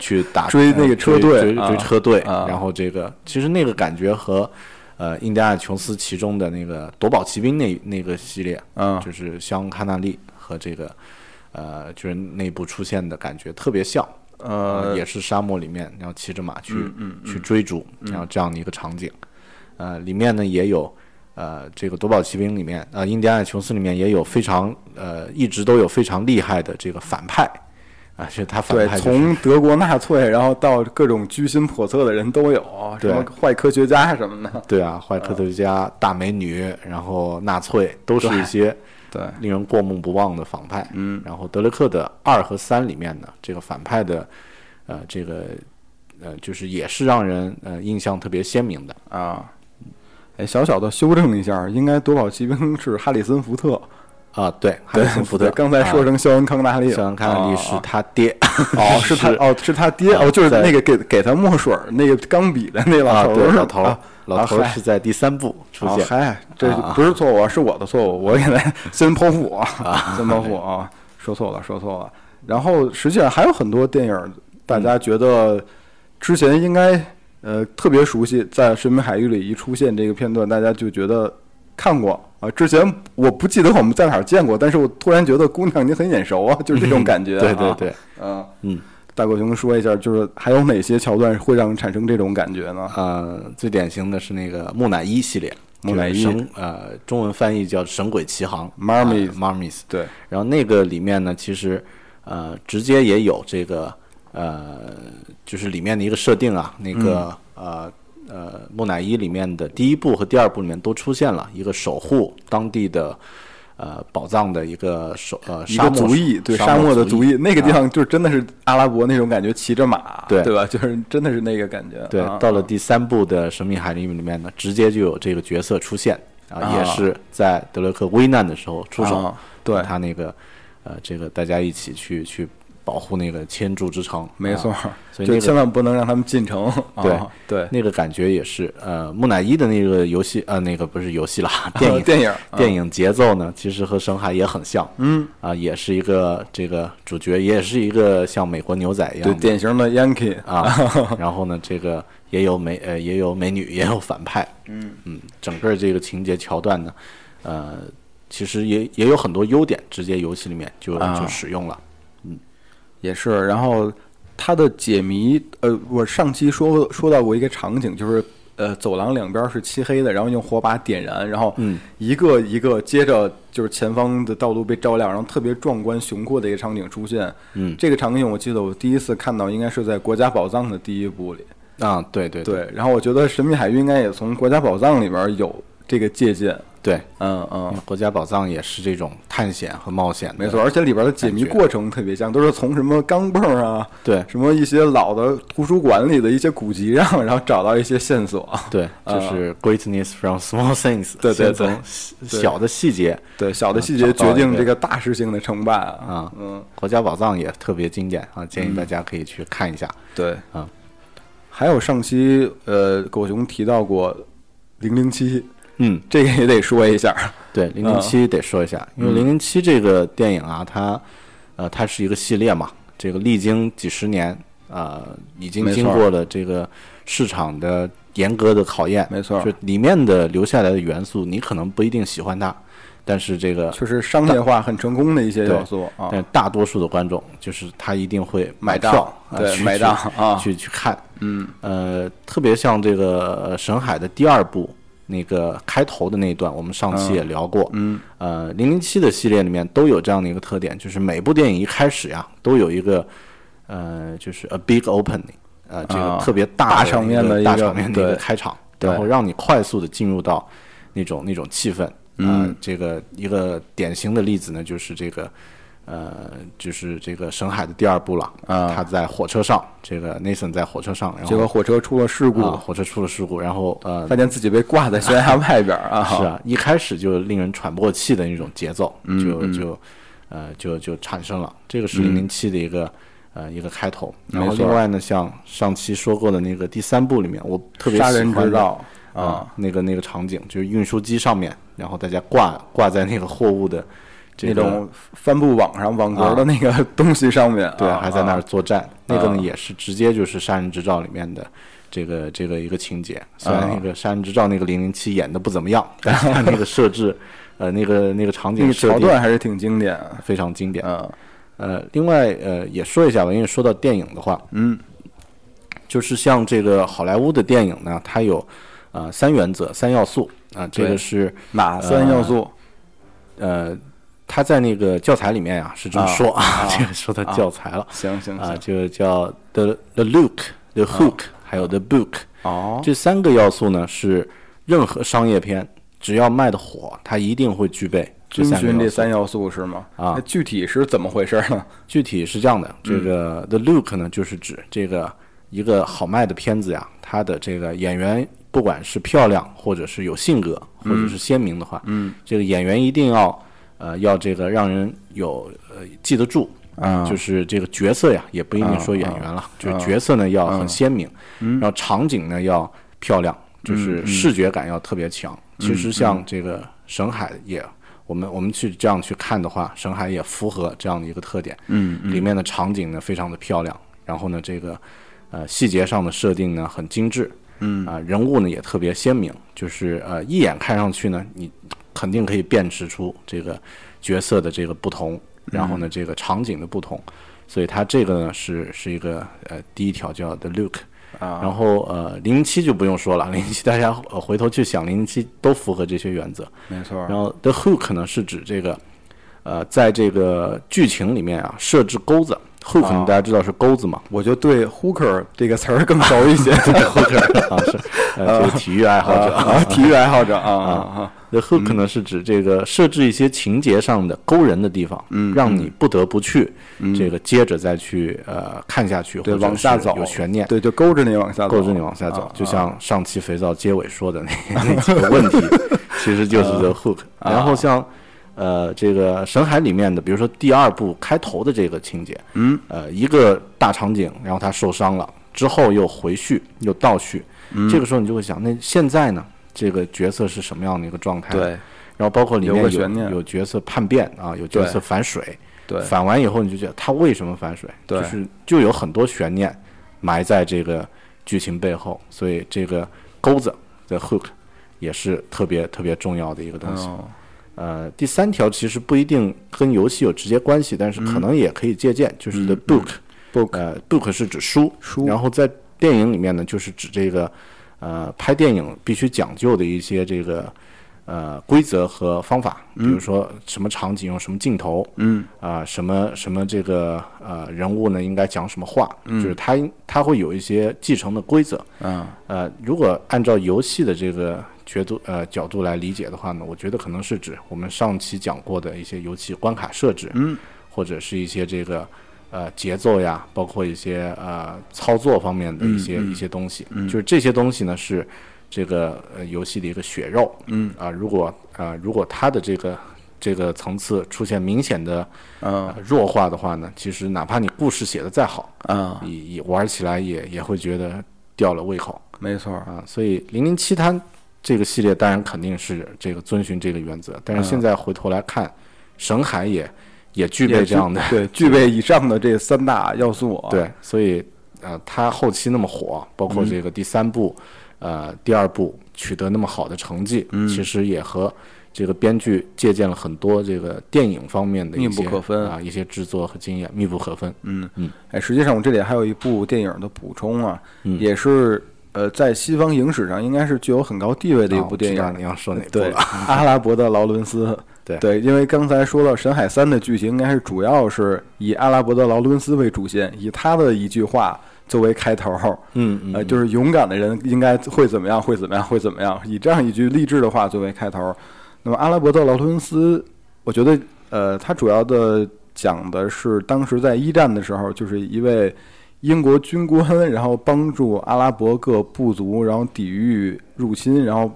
Speaker 2: 去打
Speaker 1: 追那个
Speaker 2: 呃
Speaker 1: 车队
Speaker 2: 追追
Speaker 1: 啊
Speaker 2: 追车队，
Speaker 1: 啊
Speaker 2: 然后这个其实那个感觉和呃印第安纳琼斯其中的那个夺宝奇兵那那个系列，
Speaker 1: 嗯
Speaker 2: 就是肖恩康纳利和这个呃就是内部出现的感觉特别像。
Speaker 1: 呃，嗯
Speaker 2: 也是沙漠里面，然后骑着马去、去追逐，然后这样的一个场景。呃，里面呢也有呃这个夺宝奇兵里面，呃印第安纳琼斯里面也有非常呃一直都有非常厉害的这个反派啊，就是他反
Speaker 1: 对，
Speaker 2: 派、就是、
Speaker 1: 从德国纳粹，然后到各种居心叵测的人都有，什
Speaker 2: 对
Speaker 1: 么坏科学家什么的，
Speaker 2: 对啊，坏科学家、大美女，然后纳粹都是一些。
Speaker 1: 对，
Speaker 2: 令人过目不忘的反派。嗯，然后德雷克的二和三里面呢，这个反派的，呃，这个，呃，就是也是让人呃印象特别鲜明的。
Speaker 1: 啊。哎，小小的修正一下，应该夺宝奇兵是哈里森福特，
Speaker 2: 啊，对，哈里森福特
Speaker 1: 对刚才说成肖恩康纳利了，
Speaker 2: 肖恩康纳利
Speaker 1: 啊
Speaker 2: 是他爹，
Speaker 1: 哦，是他哦，是他爹哦，就是
Speaker 2: 在
Speaker 1: 那个给给他墨水儿那个钢笔的那
Speaker 2: 啊，
Speaker 1: 老头
Speaker 2: 对，
Speaker 1: 儿，
Speaker 2: 老头儿
Speaker 1: 啊，
Speaker 2: 老头儿
Speaker 1: 嗨
Speaker 2: 是在第三部出
Speaker 1: 哦
Speaker 2: 现，啊
Speaker 1: 嗨，这不是错误，是我的错误，我给他 先剖腹啊，先剖腹
Speaker 2: 哎
Speaker 1: 啊，说错了，说错了。然后实际上还有很多电影，大家觉得之前应该呃特别熟悉，在《神秘海域》里一出现这个片段，大家就觉得看过啊。之前我不记得我们在哪儿见过，但是我突然觉得姑娘你很眼熟啊， 就是这种感觉、啊。
Speaker 2: 对对对，
Speaker 1: 嗯
Speaker 2: 嗯，
Speaker 1: 大狗熊说一下，就是还有哪些桥段会让人产生这种感觉呢？
Speaker 2: 呃，最典型的是那个木乃伊系列，
Speaker 1: 木乃伊
Speaker 2: 就是神呃，中文翻译叫《神鬼奇航》啊呃
Speaker 1: Marmies
Speaker 2: Marmies，
Speaker 1: 对，
Speaker 2: 然后那个里面呢，其实呃，直接也有这个呃，就是里面的一个设定啊，那个、
Speaker 1: 嗯
Speaker 2: 呃呃，木乃伊里面的第一部和第二部里面都出现了一个守护当地的呃宝藏的一个守呃
Speaker 1: 一
Speaker 2: 沙
Speaker 1: 个
Speaker 2: 漠
Speaker 1: 族裔，对
Speaker 2: 沙
Speaker 1: 漠的
Speaker 2: 族啊
Speaker 1: 族裔，那个地方就是真的是阿拉伯那种感觉，骑着马，
Speaker 2: 对
Speaker 1: 对吧？就是真的是那个感觉。
Speaker 2: 对
Speaker 1: 啊，
Speaker 2: 到了第三部的《神秘海域》里面呢，直接就有这个角色出现啊，
Speaker 1: 啊
Speaker 2: 也是在德雷克危难的时候出手。
Speaker 1: 啊对
Speaker 2: 他那个呃，这个大家一起去去保护那个千柱之城。
Speaker 1: 没错
Speaker 2: 啊，所以那
Speaker 1: 就
Speaker 2: 个
Speaker 1: 千万不能让他们进城。啊
Speaker 2: 对
Speaker 1: 对，
Speaker 2: 那个感觉也是呃，木乃伊的那个游戏呃，那个不是游 戏啦，电影
Speaker 1: 电影啊
Speaker 2: 电影节奏呢，其实和《神海》也很像。
Speaker 1: 嗯
Speaker 2: 啊，也是一个这个主角，也是一个像美国牛仔一样
Speaker 1: 对
Speaker 2: 的
Speaker 1: 典型的 Yankee
Speaker 2: 啊， 然后呢，这个也有美呃也有美女，也有反派，嗯整个这个情节桥段呢，呃，其实也也有很多优点，直接游戏里面就
Speaker 1: 啊
Speaker 2: 就使用了。
Speaker 1: 也是。然后他的解谜，呃，我上期说说到过一个场景，就是呃，走廊两边是漆黑的，然后用火把点燃，然后
Speaker 2: 嗯
Speaker 1: 一个一个接着就是前方的道路被照亮，然后特别壮观雄阔的一个场景出现。
Speaker 2: 嗯
Speaker 1: 这个场景我记得我第一次看到应该是在《国家宝藏》的第一部里。
Speaker 2: 啊，对对
Speaker 1: 对，然后我觉得《神秘海域》应该也从《国家宝藏》里边有这个借鉴。
Speaker 2: 对，
Speaker 1: 嗯嗯
Speaker 2: 因为。国家宝藏也是这种探险和冒险的，
Speaker 1: 没错，而且里边的解谜
Speaker 2: 感觉
Speaker 1: 过程特别像，都是从什么钢镚儿啊，
Speaker 2: 对
Speaker 1: 什么一些老的图书馆里的一些古籍上，然后找到一些线索。
Speaker 2: 对，就
Speaker 1: 啊
Speaker 2: 是 greatness from small things，
Speaker 1: 对对
Speaker 2: 先
Speaker 1: 对
Speaker 2: 从小小的细节
Speaker 1: 对，小的细
Speaker 2: 啊
Speaker 1: 节
Speaker 2: 找到
Speaker 1: 决定
Speaker 2: 一个
Speaker 1: 这个大事情的成败啊。
Speaker 2: 啊，
Speaker 1: 嗯，
Speaker 2: 国家宝藏也特别经典啊，建议大家可以去看一下。
Speaker 1: 对
Speaker 2: 啊。
Speaker 1: 嗯还有上期呃，狗熊提到过《零零七》，
Speaker 2: 嗯，
Speaker 1: 这个也得说一 下。
Speaker 2: 对，零零七得说一下，因
Speaker 1: 嗯
Speaker 2: 为零零七这个电影啊，它呃它是一个系列嘛，这个历经几十年，呃，已经
Speaker 1: 没错
Speaker 2: 经过了这个市场的严格的考验，
Speaker 1: 没错
Speaker 2: 就里面的留下来的元素，你可能不一定喜欢它，但是这个。
Speaker 1: 确实商业化很成功的一些
Speaker 2: 对
Speaker 1: 要素啊。
Speaker 2: 但大多数的观众，就是他一定会
Speaker 1: 买
Speaker 2: 票
Speaker 1: 账
Speaker 2: 啊
Speaker 1: 对
Speaker 2: 去
Speaker 1: 买
Speaker 2: 去
Speaker 1: 账啊
Speaker 2: 去去看，嗯，呃，特别像这个呃沈海的第二部那个开头的那一段，我们上期也聊过，嗯，呃，零零七的系列里面都有这样的一个特点，就是每部电影一开始呀，都有一个呃，就是 a big opening，呃，这个
Speaker 1: 啊
Speaker 2: 特别
Speaker 1: 大
Speaker 2: 大的
Speaker 1: 场面
Speaker 2: 一
Speaker 1: 的
Speaker 2: 个
Speaker 1: 一
Speaker 2: 大
Speaker 1: 个
Speaker 2: 场面的一个
Speaker 1: 对
Speaker 2: 开场，
Speaker 1: 对
Speaker 2: 然后让你快速的进入到那种那种气氛。嗯、这个一个典型的例子呢，就是这个，呃，就是这个沈海的第二部了。
Speaker 1: 啊
Speaker 2: 他在火车上，这个 Nathan 在火车上，然后
Speaker 1: 结果火车出了事故，
Speaker 2: 啊火车出了事故，然后呃，
Speaker 1: 发现自己被挂在悬崖外边儿啊。
Speaker 2: 是 啊，一开始就令人喘不过气的那种节奏，
Speaker 1: 嗯
Speaker 2: 就就呃就就产生了。这个是零零七的一个、呃一个开头。然后
Speaker 1: 没错
Speaker 2: 另外呢，像上期说过的那个第三部里面，我特别
Speaker 1: 杀
Speaker 2: 喜
Speaker 1: 人
Speaker 2: 欢
Speaker 1: 之
Speaker 2: 的
Speaker 1: 道
Speaker 2: 啊啊、那个那个场景，就是运输机上面，然后大家挂挂在那个货物的这
Speaker 1: 那
Speaker 2: 个
Speaker 1: 种帆布网上网格
Speaker 2: 啊
Speaker 1: 的那个东西上面，
Speaker 2: 对，
Speaker 1: 啊
Speaker 2: 还在那儿
Speaker 1: 啊
Speaker 2: 作战，那个呢也是直接就是《杀人执照》里面的这个这个一个情节。
Speaker 1: 啊
Speaker 2: 虽然那个《杀人执照》那个零零七演的不怎么 样，但是它那个设置，呃，那个那个场
Speaker 1: 那
Speaker 2: 景
Speaker 1: 个
Speaker 2: 设
Speaker 1: 桥
Speaker 2: 定
Speaker 1: 段还是挺经典啊。
Speaker 2: 非常经典。
Speaker 1: 嗯
Speaker 2: 呃，另外呃也说一下吧，因为说到电影的话，嗯，就是像这个好莱坞的电影呢，它有呃三原则、三要素啊、这
Speaker 1: 对
Speaker 2: 个是
Speaker 1: 哪三要素？
Speaker 2: 呃。它在那个教材里面啊，是这么
Speaker 1: 啊
Speaker 2: 说啊， 这个说到教材了，
Speaker 1: 行行
Speaker 2: 啊，
Speaker 1: 行，
Speaker 2: 就叫 the the look、the hook，、还有 the book，、
Speaker 1: 哦，
Speaker 2: 这三个要素呢是任何商业片只要卖的火，它一定会具备这
Speaker 1: 遵
Speaker 2: 三个
Speaker 1: 循这
Speaker 2: 要素。
Speaker 1: 三要素是吗？
Speaker 2: 啊
Speaker 1: 那具体是怎么回事呢？
Speaker 2: 具体是这样的，这个 the look 呢，就是指这个一个好卖的片子呀，它的这个演员不管是漂亮，或者是有性格，或者是鲜明的话，嗯，这个演员一定要呃要这个让人有呃记得住，
Speaker 1: 啊
Speaker 2: 就是这个角色呀，也不一定说演员了，就是角色呢要很鲜明，然后场景呢要漂亮，就是视觉感要特别强。其实像这个沈海也，我们我们去这样去看的话，沈海也符合这样的一个特点。嗯，里面的场景呢非常的漂亮，然后呢这个呃细节上的设定呢很精致。嗯啊、人物呢也特别鲜明，就是呃一眼看上去呢，你肯定可以辨识出这个角色的这个不同，然后
Speaker 1: 嗯
Speaker 2: 呢这个场景的不同，所以它这个呢是是一个呃第一条叫 the look，
Speaker 1: 啊
Speaker 2: 然后呃零零七就不用说了，零 零七大家呃回头去想零零七都符合这些原则，
Speaker 1: 没错
Speaker 2: 然后 the hook 呢是指这个，呃，在这个剧情里面啊设置钩子，hook
Speaker 1: 啊
Speaker 2: 呢大家知道是钩 子嘛
Speaker 1: 我就对 hooker 这个词儿更熟一 些
Speaker 2: ，hook 啊是 呃这个体育爱好者
Speaker 1: 啊，体育爱好者啊啊啊，
Speaker 2: The hook 呢是指这个设置一些情节上的勾人的地方，
Speaker 1: 嗯
Speaker 2: 让你不得不去、这个接着再去呃看下去，
Speaker 1: 对，
Speaker 2: 或者
Speaker 1: 往下
Speaker 2: 是
Speaker 1: 走，
Speaker 2: 有悬念，
Speaker 1: 对，就勾着你往下走，
Speaker 2: 勾着你往下
Speaker 1: 啊
Speaker 2: 走。就像上期肥皂结尾说 的那那几个问题，其实就是
Speaker 1: 啊
Speaker 2: The hook。然后像呃这个《神海》里面的，比如说第二部开头的这个情节，嗯，呃一个大场景，然后他受伤了之后又回续又倒叙，
Speaker 1: 嗯
Speaker 2: 这个时候你就会想，那现在呢？这个角色是什么样的一个状态？
Speaker 1: 对
Speaker 2: 然后包括里面
Speaker 1: 留
Speaker 2: 有
Speaker 1: 个悬念
Speaker 2: 有角色叛变啊，有角色反水，
Speaker 1: 对
Speaker 2: 反完以后你就觉得他为什么反水？
Speaker 1: 对
Speaker 2: 就是就有很多悬念埋在这个剧情背后，所以这个钩子的 hook 也是特别特别重要的一个东西。
Speaker 1: 哦
Speaker 2: 呃，第三条其实不一定跟游戏有直接关系，但是
Speaker 1: 嗯
Speaker 2: 可能也可以借鉴，就是 the book、
Speaker 1: book
Speaker 2: 呃，book 是指书，
Speaker 1: 书
Speaker 2: 然后在电影里面呢，就是指这个呃，拍电影必须讲究的一些这个呃规则和方法，比
Speaker 1: 嗯
Speaker 2: 如说什么场景用什么镜头，嗯，啊、什么什么这个呃人物呢应该讲什么话，就是他他会有一些继承的规则，
Speaker 1: 嗯，
Speaker 2: 呃，如果按照游戏的这个角度呃角度来理解的话呢，我觉得可能是指我们上期讲过的一些游戏关卡设置，嗯，或者是一些这个呃节奏呀，包括一些呃操作方面的一些、一些东西，就是这些东西呢是这个呃游戏的一个血肉，嗯啊、如果啊、如果它的这个这个层次出现明显的
Speaker 1: 嗯
Speaker 2: 呃弱化的话呢，其实哪怕你故事写的再好，
Speaker 1: 啊，
Speaker 2: 也也玩起来也也会觉得掉了胃口。
Speaker 1: 没错，
Speaker 2: 啊，所以零零七它这个系列当然肯定是这个遵循这个原则，但是现在回头来看，沈海也也具备
Speaker 1: 也
Speaker 2: 这样的
Speaker 1: 具对，具备以上的这三大要素啊，
Speaker 2: 对，所以呃，他后期那么火，包括
Speaker 1: 嗯
Speaker 2: 这个第三部、呃第二部取得那么好的成绩，
Speaker 1: 嗯
Speaker 2: 其实也和这个编剧借鉴了很多这个电影方面的一
Speaker 1: 密
Speaker 2: 些
Speaker 1: 不可分
Speaker 2: 啊、一些制作和经验密不可分。嗯嗯，
Speaker 1: 哎，实际上我这里还有一部电影的补充啊，
Speaker 2: 嗯
Speaker 1: 也是呃，在西方影史上应该是具有很高地位的一
Speaker 2: 啊
Speaker 1: 部
Speaker 2: 我
Speaker 1: 电
Speaker 2: 知
Speaker 1: 影
Speaker 2: 道，你要说哪部
Speaker 1: 对，
Speaker 2: 了？
Speaker 1: 阿拉伯的劳伦斯。
Speaker 2: 对
Speaker 1: 因为刚才说到《神海三》的剧情，应该是主要是以阿拉伯的劳伦斯为主线，以他的一句话作为开头。
Speaker 2: 嗯
Speaker 1: 呃，就是勇敢的人应该会怎么样，会怎么样，会怎么样，以这样一句励志的话作为开头。那么，阿拉伯的劳伦斯，我觉得，呃，他主要的讲的是当时在一战的时候，就是一位英国军官，然后帮助阿拉伯各部族，然后抵御入侵，然后。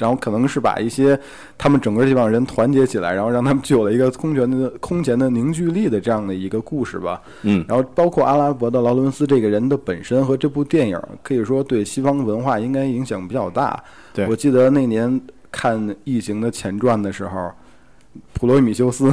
Speaker 1: 然后可能是把一些他们整个这帮人团结起来，然后让他们具有了一个空前的空前的凝聚力的这样的一个故事吧。
Speaker 2: 嗯，
Speaker 1: 然后包括阿拉伯的劳伦斯这个人的本身和这部电影，可以说对西方文化应该影响比较大。
Speaker 2: 对
Speaker 1: 我记得那年看《异形》的前传的时候，普罗米修 斯，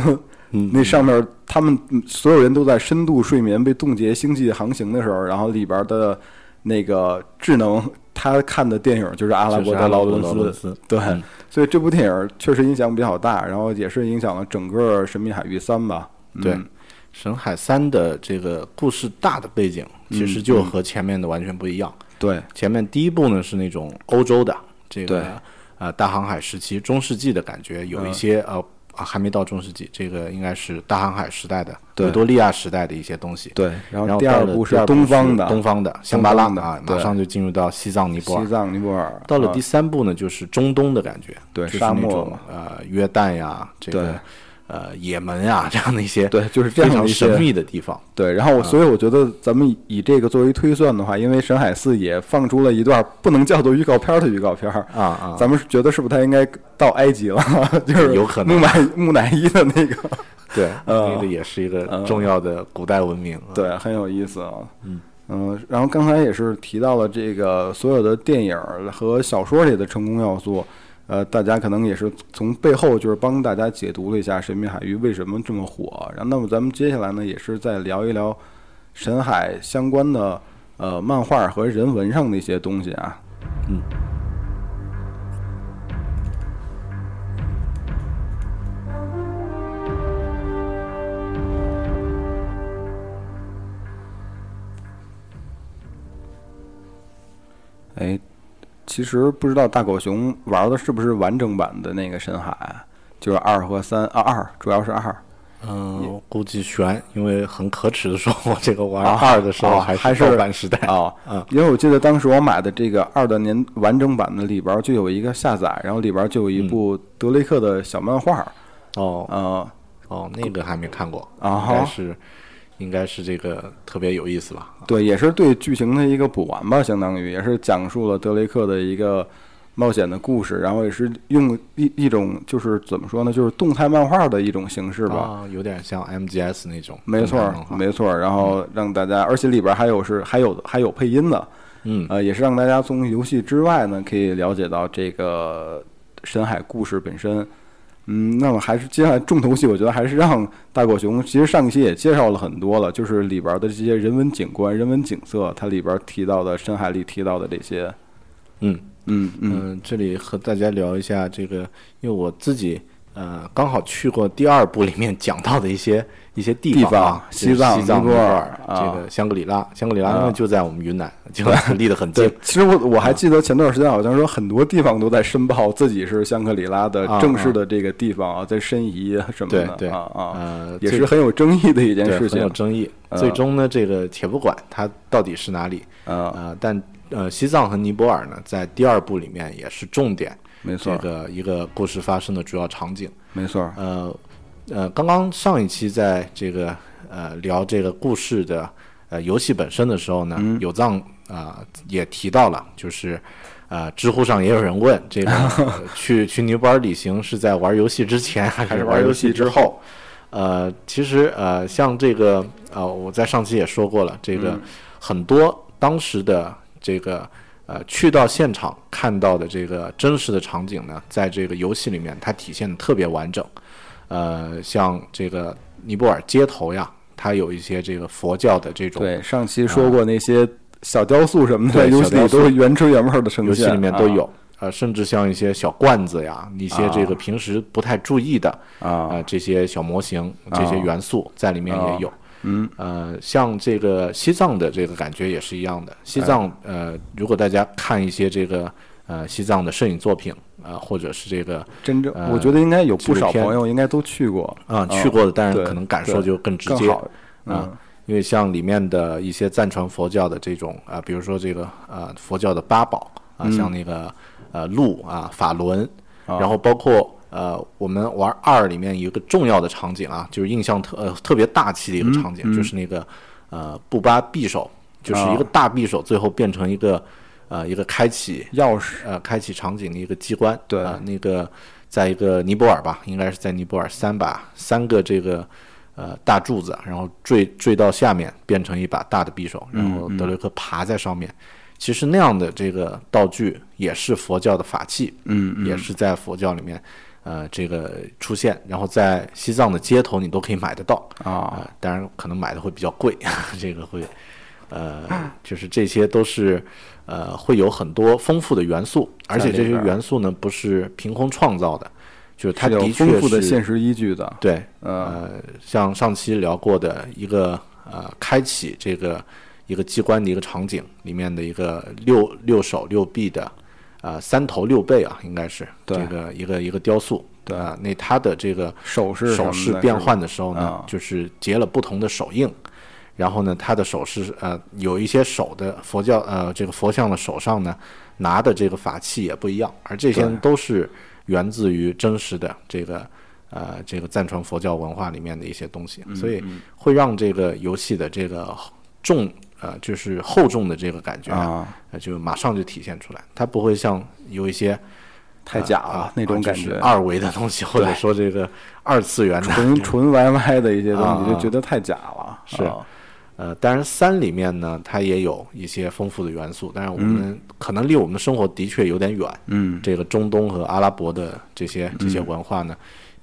Speaker 2: 嗯
Speaker 1: 那上面他们所有人都在深度睡眠，被冻结星际航行的时候，然后里边的那个智能，他看的电影就是《阿拉伯
Speaker 2: 就是阿
Speaker 1: 的
Speaker 2: 拉
Speaker 1: 劳
Speaker 2: 伯
Speaker 1: 伦
Speaker 2: 劳
Speaker 1: 斯
Speaker 2: 伦》斯
Speaker 1: 对
Speaker 2: 嗯，
Speaker 1: 所以这部电影确实影响比较大，然后也是影响了整个《神秘海域三》吧。嗯
Speaker 2: 对，神海三》的这个故事大的背景
Speaker 1: 嗯
Speaker 2: 其实就和前面的完全不一样。
Speaker 1: 对，
Speaker 2: 前面第一部呢是那种欧洲的这
Speaker 1: 对
Speaker 2: 个呃大航海时期、中世纪的感觉，有一些、
Speaker 1: 嗯
Speaker 2: 呃啊还没到中世纪，这个应该是大航海时代的
Speaker 1: 对
Speaker 2: 维多利亚时代的一些东西。
Speaker 1: 对，然
Speaker 2: 然
Speaker 1: 后
Speaker 2: 后
Speaker 1: 第
Speaker 2: 到
Speaker 1: 二
Speaker 2: 了
Speaker 1: 部
Speaker 2: 第
Speaker 1: 是
Speaker 2: 二
Speaker 1: 东方的
Speaker 2: 东方的香巴拉
Speaker 1: 东方的
Speaker 2: 啊，
Speaker 1: 对
Speaker 2: 马上就进入到西藏、尼泊
Speaker 1: 西
Speaker 2: 尔。
Speaker 1: 藏、尼泊尔，
Speaker 2: 到了
Speaker 1: 啊
Speaker 2: 第三部呢，就是中东的感觉，
Speaker 1: 对
Speaker 2: 就是
Speaker 1: 沙
Speaker 2: 那
Speaker 1: 漠
Speaker 2: 种
Speaker 1: 嘛
Speaker 2: 呃约旦呀，这
Speaker 1: 对
Speaker 2: 个呃也门呀 这样的一些
Speaker 1: 对就是这样
Speaker 2: 非
Speaker 1: 的
Speaker 2: 常
Speaker 1: 一些
Speaker 2: 神秘的地方。
Speaker 1: 对，然后我所以我觉得咱们以以这个作为推算的话，因为沈海四也放出了一段不能叫做预告片儿的预告片儿
Speaker 2: 啊啊
Speaker 1: 咱们是觉得是不是他应该到埃及了？ 就是
Speaker 2: 有可能
Speaker 1: 木乃木乃伊的那个，
Speaker 2: 对，
Speaker 1: 呃
Speaker 2: 那个也是一个重要的古代文明。
Speaker 1: 对，很有意思啊。嗯然后刚才也是提到了这个所有的电影儿和小说里的成功要素，呃，大家可能也是从背后就是帮大家解读了一下《神秘海域》为什么这么火。然后，那么咱们接下来呢，也是再聊一聊神海相关的呃漫画和人文上的一些东西啊。哎，其实不知道大狗熊玩的是不是完整版的那个神海啊，就是二和三啊，二主要是二。
Speaker 2: 嗯，我估计悬，因为很可耻的说，我这个玩二的时候
Speaker 1: 哦
Speaker 2: 还
Speaker 1: 还
Speaker 2: 是
Speaker 1: 是
Speaker 2: 盗版时代。 嗯
Speaker 1: 哦，因为我记得当时我买的这个二的年完整版的里边儿就有一个下载，然后里边儿就有一
Speaker 2: 嗯
Speaker 1: 部德雷克的小漫画，
Speaker 2: 哦
Speaker 1: 呃，
Speaker 2: 哦，那个还没看过，
Speaker 1: 啊
Speaker 2: 应
Speaker 1: 哈
Speaker 2: 该是应该是这个特别有意思吧？
Speaker 1: 对，也是对剧情的一个补完吧，相当于也是讲述了德雷克的一个冒险的故事，然后也是用一一种就是怎么说呢，就是动态漫画的一种形式吧，
Speaker 2: 啊，有点像 MGS 那种
Speaker 1: 没
Speaker 2: 动
Speaker 1: 错
Speaker 2: 态
Speaker 1: 儿
Speaker 2: 漫，画，
Speaker 1: 没错儿。然后让大家，而且里边儿还有是还有还有配音呢，
Speaker 2: 嗯，
Speaker 1: 呃，也是让大家从游戏之外呢，可以了解到这个深海故事本身。嗯，那么还是接下来重头戏，我觉得还是让大狗熊。其实上一期也介绍了很多了，就是里边儿的这些人文景观、人文景色，它里边儿提到的深海里提到的这些，
Speaker 2: 嗯
Speaker 1: 嗯嗯，
Speaker 2: 嗯，这里和大家聊一下这个，因为我自己呃刚好去过第二部里面讲到的一些一些地
Speaker 1: 地方
Speaker 2: 啊，就是
Speaker 1: 西藏
Speaker 2: 西藏、
Speaker 1: 尼
Speaker 2: 尼
Speaker 1: 泊
Speaker 2: 泊
Speaker 1: 尔
Speaker 2: 尔、
Speaker 1: 啊
Speaker 2: 这个香格里拉，香格里拉因为就在我们云南，就 离得很近
Speaker 1: 对。，其实我我还记得前段时间好像说很多地方都在申报自己是香格里拉的
Speaker 2: 啊
Speaker 1: 正式的这个地方啊，在申遗啊什么的，
Speaker 2: 对对
Speaker 1: 啊啊，
Speaker 2: 呃，
Speaker 1: 也
Speaker 2: 最
Speaker 1: 是很有争议的一件
Speaker 2: 对
Speaker 1: 事
Speaker 2: 很有嗯
Speaker 1: 情
Speaker 2: 争议。最终呢，这个且不管它到底是哪里，
Speaker 1: 啊，
Speaker 2: 呃，但呃，西藏和尼泊尔呢，在第二部里面也是重点，
Speaker 1: 没错
Speaker 2: 这个一个故事发生的主要场景。
Speaker 1: 没错，
Speaker 2: 呃呃，刚刚上一期在这个呃聊这个故事的呃游戏本身的时候呢，有藏啊、呃也提到了，就是呃知乎上也有人问这个呃 去去尼泊尔旅行是在玩游戏之前还
Speaker 1: 还是
Speaker 2: 是
Speaker 1: 玩
Speaker 2: 玩
Speaker 1: 游
Speaker 2: 游
Speaker 1: 戏
Speaker 2: 戏
Speaker 1: 之
Speaker 2: 之
Speaker 1: 后
Speaker 2: 后？呃，其实呃，像这个呃，我在上期也说过了，这个很多当时的这个呃，去到现场看到的这个真实的场景呢，在这个游戏里面它体现的特别完整。呃，像这个尼泊尔街头呀，它有一些这个佛教的这种啊
Speaker 1: 对，上期说过那些小雕塑什么的，
Speaker 2: 对
Speaker 1: 游
Speaker 2: 小
Speaker 1: 戏里
Speaker 2: 雕塑
Speaker 1: 都是原汁原味儿的呈现，
Speaker 2: 游戏里面
Speaker 1: 啊
Speaker 2: 都有。呃，甚至像一些小罐子呀，一些这个平时不太注意的
Speaker 1: 啊
Speaker 2: 呃这些小模型、这些元素在里面也有。嗯，呃，像这个西藏的这个感觉也是一样的。西藏
Speaker 1: 哎
Speaker 2: 呃，如果大家看一些这个呃西藏的摄影作品啊、呃或者是这个
Speaker 1: 真正
Speaker 2: 呃
Speaker 1: 我觉得应该有不少
Speaker 2: 纪录片
Speaker 1: 朋友应该都去过
Speaker 2: 啊、去过的，但是
Speaker 1: 对
Speaker 2: 可能感受就更直
Speaker 1: 更
Speaker 2: 接啊
Speaker 1: 好、嗯
Speaker 2: 因为像里面的一些赞传佛教的这种啊、比如说这个呃佛教的八宝啊、
Speaker 1: 嗯
Speaker 2: 像那个呃鹿啊、法轮，
Speaker 1: 啊
Speaker 2: 然后包括。呃，我们玩二里面有一个重要的场景啊，就是印象特、呃、特别大气的一个
Speaker 1: 嗯
Speaker 2: 场景，就是那个呃布巴匕首，就是
Speaker 1: 啊
Speaker 2: 一个大匕首，最后变成一个呃一个开启
Speaker 1: 钥匙，
Speaker 2: 呃开启场景的一个机关。
Speaker 1: 对
Speaker 2: 啊那个在一个尼泊尔吧，应该是在尼泊尔三把三个这个呃大柱子，然后坠坠到下面变成一把大的匕
Speaker 1: 嗯
Speaker 2: 首，然后德雷克爬在上面。其实
Speaker 1: 嗯
Speaker 2: 那样的这个道具也是佛教的法器，嗯，也是在佛教里面，呃这个出现，然后在西藏的街头你都可以买得到
Speaker 1: 啊，
Speaker 2: 啊，当然可能买的会比较贵， 这个会，呃，就是这些都是呃会有很多丰富的元素，而且这
Speaker 1: 里
Speaker 2: 些
Speaker 1: 边儿
Speaker 2: 元素呢不是凭空创造的，就是它
Speaker 1: 是有
Speaker 2: 的确
Speaker 1: 丰富的
Speaker 2: 是
Speaker 1: 现实依据的。
Speaker 2: 对，
Speaker 1: 嗯
Speaker 2: 呃，像上期聊过的一个呃，开启这个一个机关的一个场景里面的一个六六手六臂的呃三头六臂啊，应该是
Speaker 1: 对
Speaker 2: 这个一个一个雕塑。
Speaker 1: 对
Speaker 2: 啊、那它的这个
Speaker 1: 手势什么
Speaker 2: 手
Speaker 1: 的
Speaker 2: 势
Speaker 1: 是吧
Speaker 2: 变换的时候呢，
Speaker 1: 啊
Speaker 2: 就是结了不同的手印。然后呢，它的手势呃，有一些手的佛教呃，这个佛像的手上呢，拿的这个法器也不一样，而这些
Speaker 1: 对
Speaker 2: 都是源自于真实的这个呃这个藏传佛教文化里面的一些东西，
Speaker 1: 嗯
Speaker 2: 所以会让这个游戏的这个重呃就是厚重的这个感觉
Speaker 1: 啊，
Speaker 2: 呃就马上就体现出来，它不会像有一些
Speaker 1: 太假
Speaker 2: 啊
Speaker 1: 了
Speaker 2: 啊
Speaker 1: 那种感
Speaker 2: 就是
Speaker 1: 觉，
Speaker 2: 二维的东西，或者说这个二次元的
Speaker 1: 纯 纯 YY 的一些
Speaker 2: 啊
Speaker 1: 东西
Speaker 2: 啊
Speaker 1: 就觉得太假了。
Speaker 2: 是
Speaker 1: 啊
Speaker 2: 呃，当然三里面呢，它也有一些丰富的元素，但是我们、可能离我们的生活的确有点远。
Speaker 1: 嗯，
Speaker 2: 这个中东和阿拉伯的这些这些文化呢，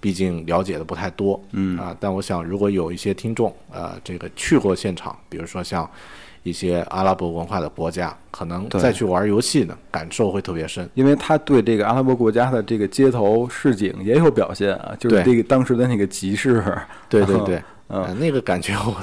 Speaker 2: 毕竟了解的不太多。嗯啊、但我想如果有一些听众呃，这个去过现场，比如说像一些阿拉伯文化的国家，可能
Speaker 1: 对
Speaker 2: 再去玩游戏呢，感受会特别深。
Speaker 1: 因为他对这个阿拉伯国家的这个街头市井也有表现啊，就是
Speaker 2: 对
Speaker 1: 这个当时的那个集市，
Speaker 2: 对对对，
Speaker 1: 嗯
Speaker 2: 呃那个感觉我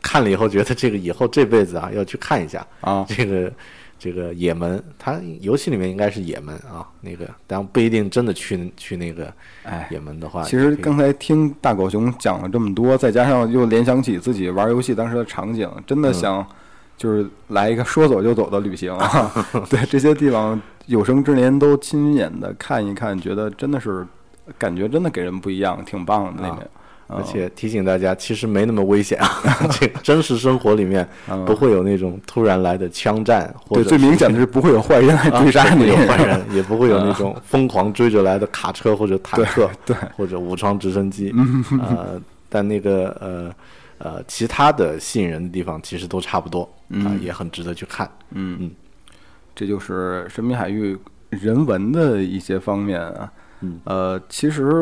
Speaker 2: 看了以后觉得这个以后这辈子啊要去看一下
Speaker 1: 啊
Speaker 2: 这个这个也门，它游戏里面应该是也门啊，那个当然不一定真的去去那个
Speaker 1: 哎
Speaker 2: 也门的话，
Speaker 1: 其实
Speaker 2: 也可以
Speaker 1: 刚才听大狗熊讲了这么多，再加上又联想起自己玩游戏当时的场景，真
Speaker 2: 嗯
Speaker 1: 的想就是来一个说走就走的旅行啊！ 对这些地方，有生之年都亲眼的看一看，觉得真的是感觉真的给人不一样，挺棒的
Speaker 2: 啊
Speaker 1: 那边。
Speaker 2: 而且提醒大家，其实没那么 危险啊，这个真实生活里面不会有那种突然来的枪战，或
Speaker 1: 嗯对，
Speaker 2: 者
Speaker 1: 最明显的是不会有坏人来
Speaker 2: 啊
Speaker 1: 追杀
Speaker 2: 不
Speaker 1: 你，
Speaker 2: 会有坏人， 也不会有那种疯狂追着来的卡车或者坦克，对，或者武装直升机，呃，但那个呃呃，其他的吸引人的地方其实都差不多，啊、也很值得去看。嗯
Speaker 1: 这就是神秘海域人文的一些方面啊。
Speaker 2: 嗯
Speaker 1: 呃，其实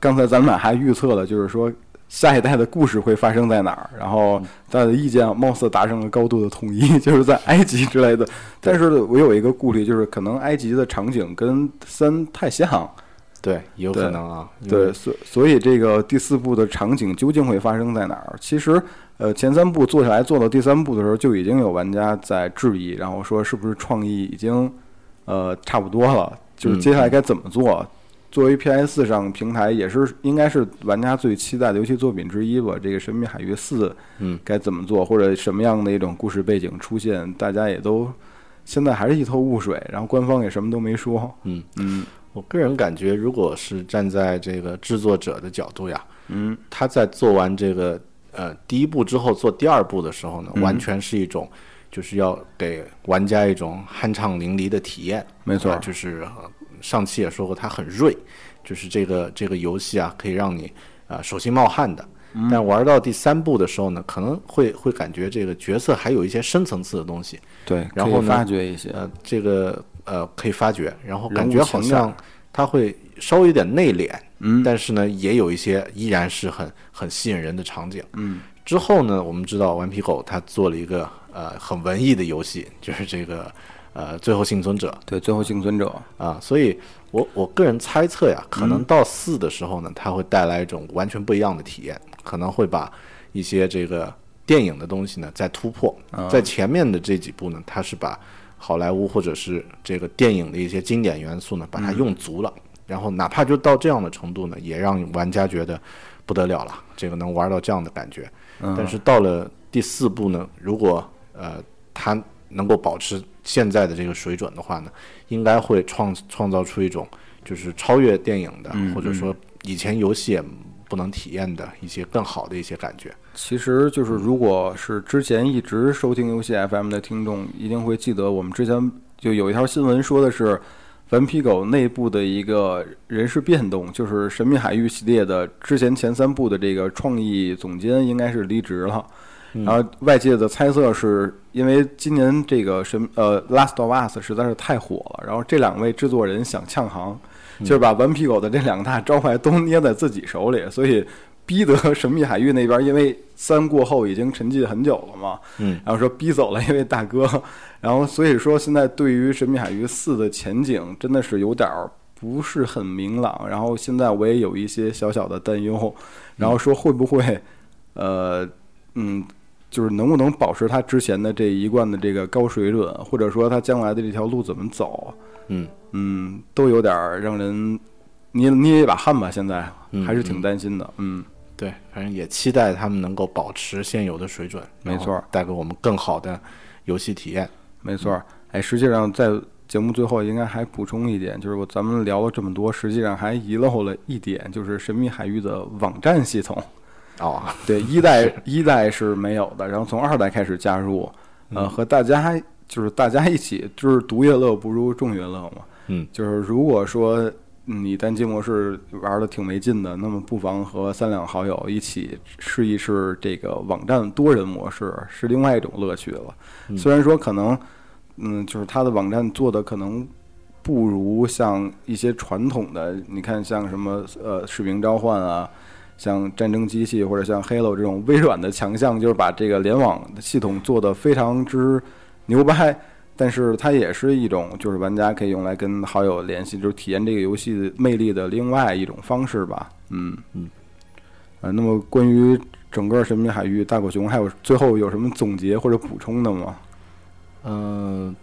Speaker 1: 刚才咱们俩还预测了，就是说下一代的故事会发生在哪儿，然后大家的意见貌似达成了高度的统一， 就是在埃及之类的。但是我有一个顾虑，就是可能埃及的场景跟三太像，
Speaker 2: 对，有可能啊，因为
Speaker 1: 对，所所以这个第四部的场景究竟会发生在哪儿？其实，呃，前三部做下来，做到第三部的时候，就已经有玩家在质疑，然后说是不是创意已经，呃，差不多了，就是
Speaker 2: 嗯
Speaker 1: 接下来该怎么做？作为 PS 上平台，也是应该是玩家最期待的游戏作品之一吧。这个《神秘海域四》，
Speaker 2: 嗯，
Speaker 1: 该怎么做，或者什么样的一种故事背景出现，大家也都现在还是一头雾水。然后官方也什么都没说。
Speaker 2: 嗯
Speaker 1: 嗯
Speaker 2: 我个人感觉，如果是站在这个制作者的角度呀，
Speaker 1: 嗯，
Speaker 2: 他在做完这个呃第一步之后做第二步的时候呢，完
Speaker 1: 嗯
Speaker 2: 全是一种就是要给玩家一种酣畅淋漓的体验。
Speaker 1: 没错
Speaker 2: 啊就是呃上期也说过，它很锐，就是这个这个游戏啊，可以让你啊、呃手心冒汗的。
Speaker 1: 嗯
Speaker 2: 但玩到第三步的时候呢，可能会会感觉这个角色还有一些深层次的东西，
Speaker 1: 对，
Speaker 2: 然
Speaker 1: 可以
Speaker 2: 后呢
Speaker 1: 发掘一些。
Speaker 2: 呃，这个呃可以发掘，然后
Speaker 1: 人
Speaker 2: 感
Speaker 1: 物
Speaker 2: 觉好
Speaker 1: 情
Speaker 2: 像它会稍微有点内敛，
Speaker 1: 嗯
Speaker 2: 但是呢，也有一些依然是很很吸引人的场景。
Speaker 1: 嗯，
Speaker 2: 之后呢，我们知道顽皮狗它做了一个呃很文艺的游戏，就是这个呃最后幸存者
Speaker 1: 对，最后幸存者，
Speaker 2: 啊，所以我我个人猜测呀，可能到四的时候呢，它会带来一种完全不一样的体验，可能会把一些这个电影的东西呢再突破。在前面的这几部呢，它是把好莱坞或者是这个电影的一些经典元素呢，把它用足了，然后哪怕就到这样的程度呢，也让玩家觉得不得了了，这个能玩到这样的感觉。
Speaker 1: 嗯
Speaker 2: 但是到了第四部呢，如果呃它能够保持现在的这个水准的话呢，应该会创创造出一种就是超越电影的，
Speaker 1: 嗯
Speaker 2: 或者说以前游戏也不能体验的一些更好的一些感觉。
Speaker 1: 其实就是如果是之前一直收听游戏 FM 的听众，一定会记得我们之前就有一条新闻说的是，顽皮狗内部的一个人事变动，就是《神秘海域》系列的之前前三部的这个创意总监应该是离职了。然后外界的猜测是因为今年这个神呃《Last of Us》实在是太火了，然后这两位制作人想呛行，就是把顽皮狗的这两个大招牌都捏在自己手里，所以逼得神秘海域那边，因为三过后已经沉寂很久了嘛，
Speaker 2: 嗯，
Speaker 1: 然后说逼走了一位大哥， 然后所以说现在对于神秘海域四的前景真的是有点儿不是很明朗，然后现在我也有一些小小的担忧，然后说会不会，呃，嗯。就是能不能保持他之前的这一贯的这个高水准，或者说他将来的这条路怎么走，
Speaker 2: 嗯
Speaker 1: 嗯，都有点儿让人捏捏一把汗吧。现在
Speaker 2: 嗯
Speaker 1: 还是挺担心的，嗯，
Speaker 2: 对，反正也期待他们能够保持现有的水准，
Speaker 1: 没
Speaker 2: 然后
Speaker 1: 错
Speaker 2: 带给我们更好的游戏体验。
Speaker 1: 没错儿。哎，实际上在节目最后应该还补充一点，就是我咱们聊了这么多，实际上还遗漏了一点，就是神秘海域的网站系统。
Speaker 2: 哦，
Speaker 1: 对，一代一代是没有的，然后从二代开始加入，呃，和大家就是大家一起，就是独乐乐不如众乐乐嘛。
Speaker 2: 嗯，
Speaker 1: 就是如果说嗯你单机模式玩的挺没劲的，那么不妨和三两好友一起试一试这个网站多人模式，是另外一种乐趣了。虽然说可能，嗯，就是它的网站做的可能不如像一些传统的，你看像什么呃《使命召唤》啊，像《战争机器》或者像《Halo》这种微软的强项，就是把这个联网的系统做得非常之牛掰。 但是它也是一种，就是玩家可以用来跟好友联系，就是体验这个游戏魅力的另外一种方式吧。嗯
Speaker 2: 嗯。
Speaker 1: 呃，那么关于整个神秘海域，大狗熊还有最后有什么总结或者补充的吗？
Speaker 2: 嗯、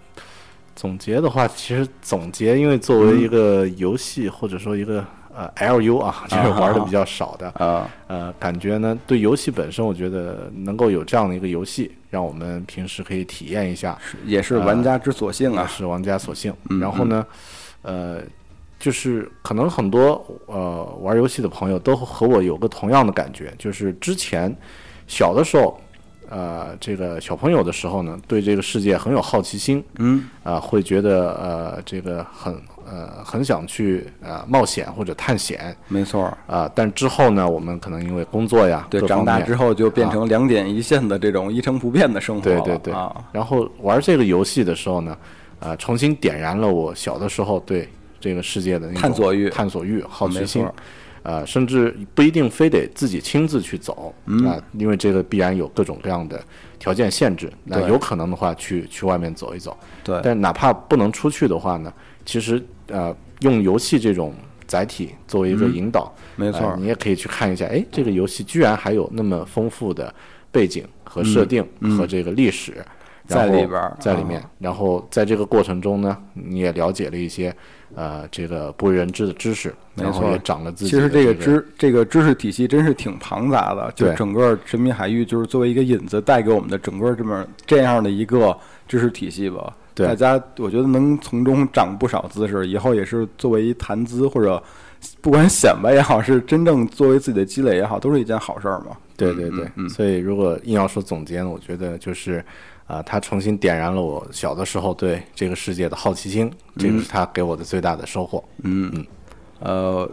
Speaker 2: 总结的话，其实总结，因为作
Speaker 1: 嗯
Speaker 2: 为一个游戏或者说一个呃 LU 啊， 就是玩的比较少的，
Speaker 1: 啊，
Speaker 2: 呃，感觉呢，对游戏本身，我觉得能够有这样的一个游戏，让我们平时可以体验一下，
Speaker 1: 也
Speaker 2: 呃
Speaker 1: 是玩家之所幸
Speaker 2: 那
Speaker 1: 啊。
Speaker 2: 是玩家所幸。
Speaker 1: 嗯
Speaker 2: 然后呢，呃，就是可能很多呃玩游戏的朋友都和我有个同样的感觉，就是之前小的时候，呃，这个小朋友的时候呢，对这个世界很有好奇心，
Speaker 1: 嗯
Speaker 2: 啊、会觉得呃这个很呃很想去呃冒险或者探险。
Speaker 1: 没错儿。
Speaker 2: 啊、但之后呢，我们可能因为工作呀，
Speaker 1: 对，
Speaker 2: 各
Speaker 1: 长
Speaker 2: 方
Speaker 1: 大
Speaker 2: 面啊
Speaker 1: 之后就变成两点一线的这种一成不变的生活
Speaker 2: 对
Speaker 1: 了
Speaker 2: 对对
Speaker 1: 啊，
Speaker 2: 然后玩这个游戏的时候呢，呃，重新点燃了我小的时候对这个世界的那种
Speaker 1: 探索欲
Speaker 2: 探索欲、好奇
Speaker 1: 没
Speaker 2: 心
Speaker 1: 错。
Speaker 2: 呃，甚至不一定非得自己亲自去走啊、
Speaker 1: 嗯
Speaker 2: 因为这个必然有各种各样的条件限制。那
Speaker 1: 对
Speaker 2: 有可能的话去，去外面走一走。
Speaker 1: 对
Speaker 2: 但哪怕不能出去的话呢，其实呃，用游戏这种载体作为一个引导，
Speaker 1: 嗯没错
Speaker 2: 呃你也可以去看一下，哎，这个游戏居然还有那么丰富的背景和设定和这个历史。然
Speaker 1: 嗯在
Speaker 2: 后
Speaker 1: 里边儿啊
Speaker 2: 在里面，然后在这个过程中呢，你也了解了一些，呃，这个不为人知的知识，
Speaker 1: 没
Speaker 2: 然后
Speaker 1: 错
Speaker 2: 也长了自己
Speaker 1: 其
Speaker 2: 的、
Speaker 1: 实
Speaker 2: 这
Speaker 1: 个知这个知识体系真是挺庞杂的，就
Speaker 2: 对
Speaker 1: 整个神秘海域就是作为一个引子带给我们的整个这么这样的一个知识体系吧。
Speaker 2: 对
Speaker 1: 大家我觉得能从中长不少知识，以后也是作为谈资或者不管显摆也好，是真正作为自己的积累也好，都是一件好事儿嘛。
Speaker 2: 对对
Speaker 1: 嗯
Speaker 2: 对，所以如果硬要说总结呢，我觉得就是，啊、它重新点燃了我小的时候对这个世界的好奇心，这个是它给我的最大的收获。
Speaker 1: 嗯呃，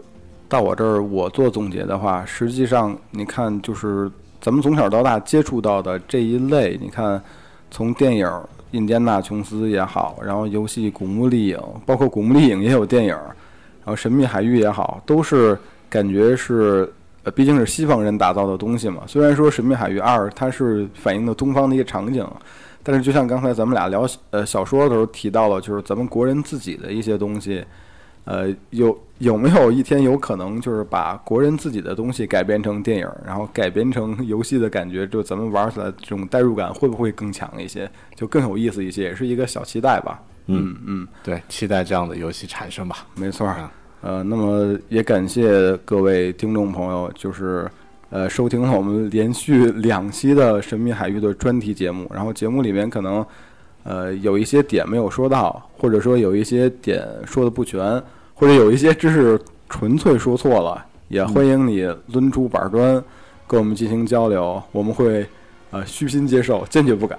Speaker 1: 到我这儿我做总结的话，实际上你看，就是咱们从小到大接触到的这一类，你看从电影《印第安纳琼斯》也好，然后游戏《古墓丽影》，包括《古墓丽影》也有电影，然后《神秘海域》也好，都是感觉是。呃，毕竟是西方人打造的东西嘛。虽然说《神秘海域二》它是反映的东方的一个场景，但是就像刚才咱们俩聊呃小说的时候提到了，就是咱们国人自己的一些东西，呃，有有没有一天有可能就是把国人自己的东西改编成电影，然后改编成 游戏的感觉，就咱们玩起来这种代入感会不会更强一些，就更有意思一些，也是一个小期待吧。嗯嗯，
Speaker 2: 对，期待这样的游戏产生吧。
Speaker 1: 没错儿
Speaker 2: 啊。
Speaker 1: 呃，那么也感谢各位听众朋友，就是呃收听了我们连续两期的《神秘海域》的专题节目，然后节目里面可能呃有一些点没有说到，或者说有一些点说的不全，或者有一些知识纯粹说错了，也欢迎你抡出板砖跟我们进行交流，我们会呃虚心接受，坚决不改，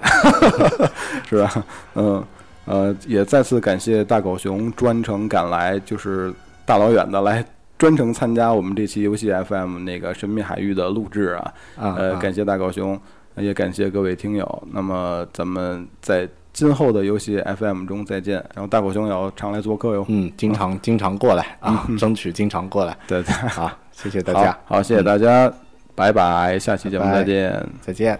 Speaker 1: 是吧？嗯。呃，也再次感谢大狗熊专程赶来，就是大老远的来 专程参加我们这期游戏 FM 那个神秘海域的录制啊。
Speaker 2: 啊，
Speaker 1: 呃，
Speaker 2: 啊
Speaker 1: 感谢大狗熊，也感谢各位听友。那么咱们在今后的游戏 FM 中再见。然后大狗熊也要常来做客哟。
Speaker 2: 嗯，经常经常过来啊，争取经常过来
Speaker 1: 对对，
Speaker 2: 啊，谢谢大家，
Speaker 1: 嗯好，好，谢谢大家，拜拜，下期节目
Speaker 2: 嗯拜拜
Speaker 1: 再见。
Speaker 2: 再见。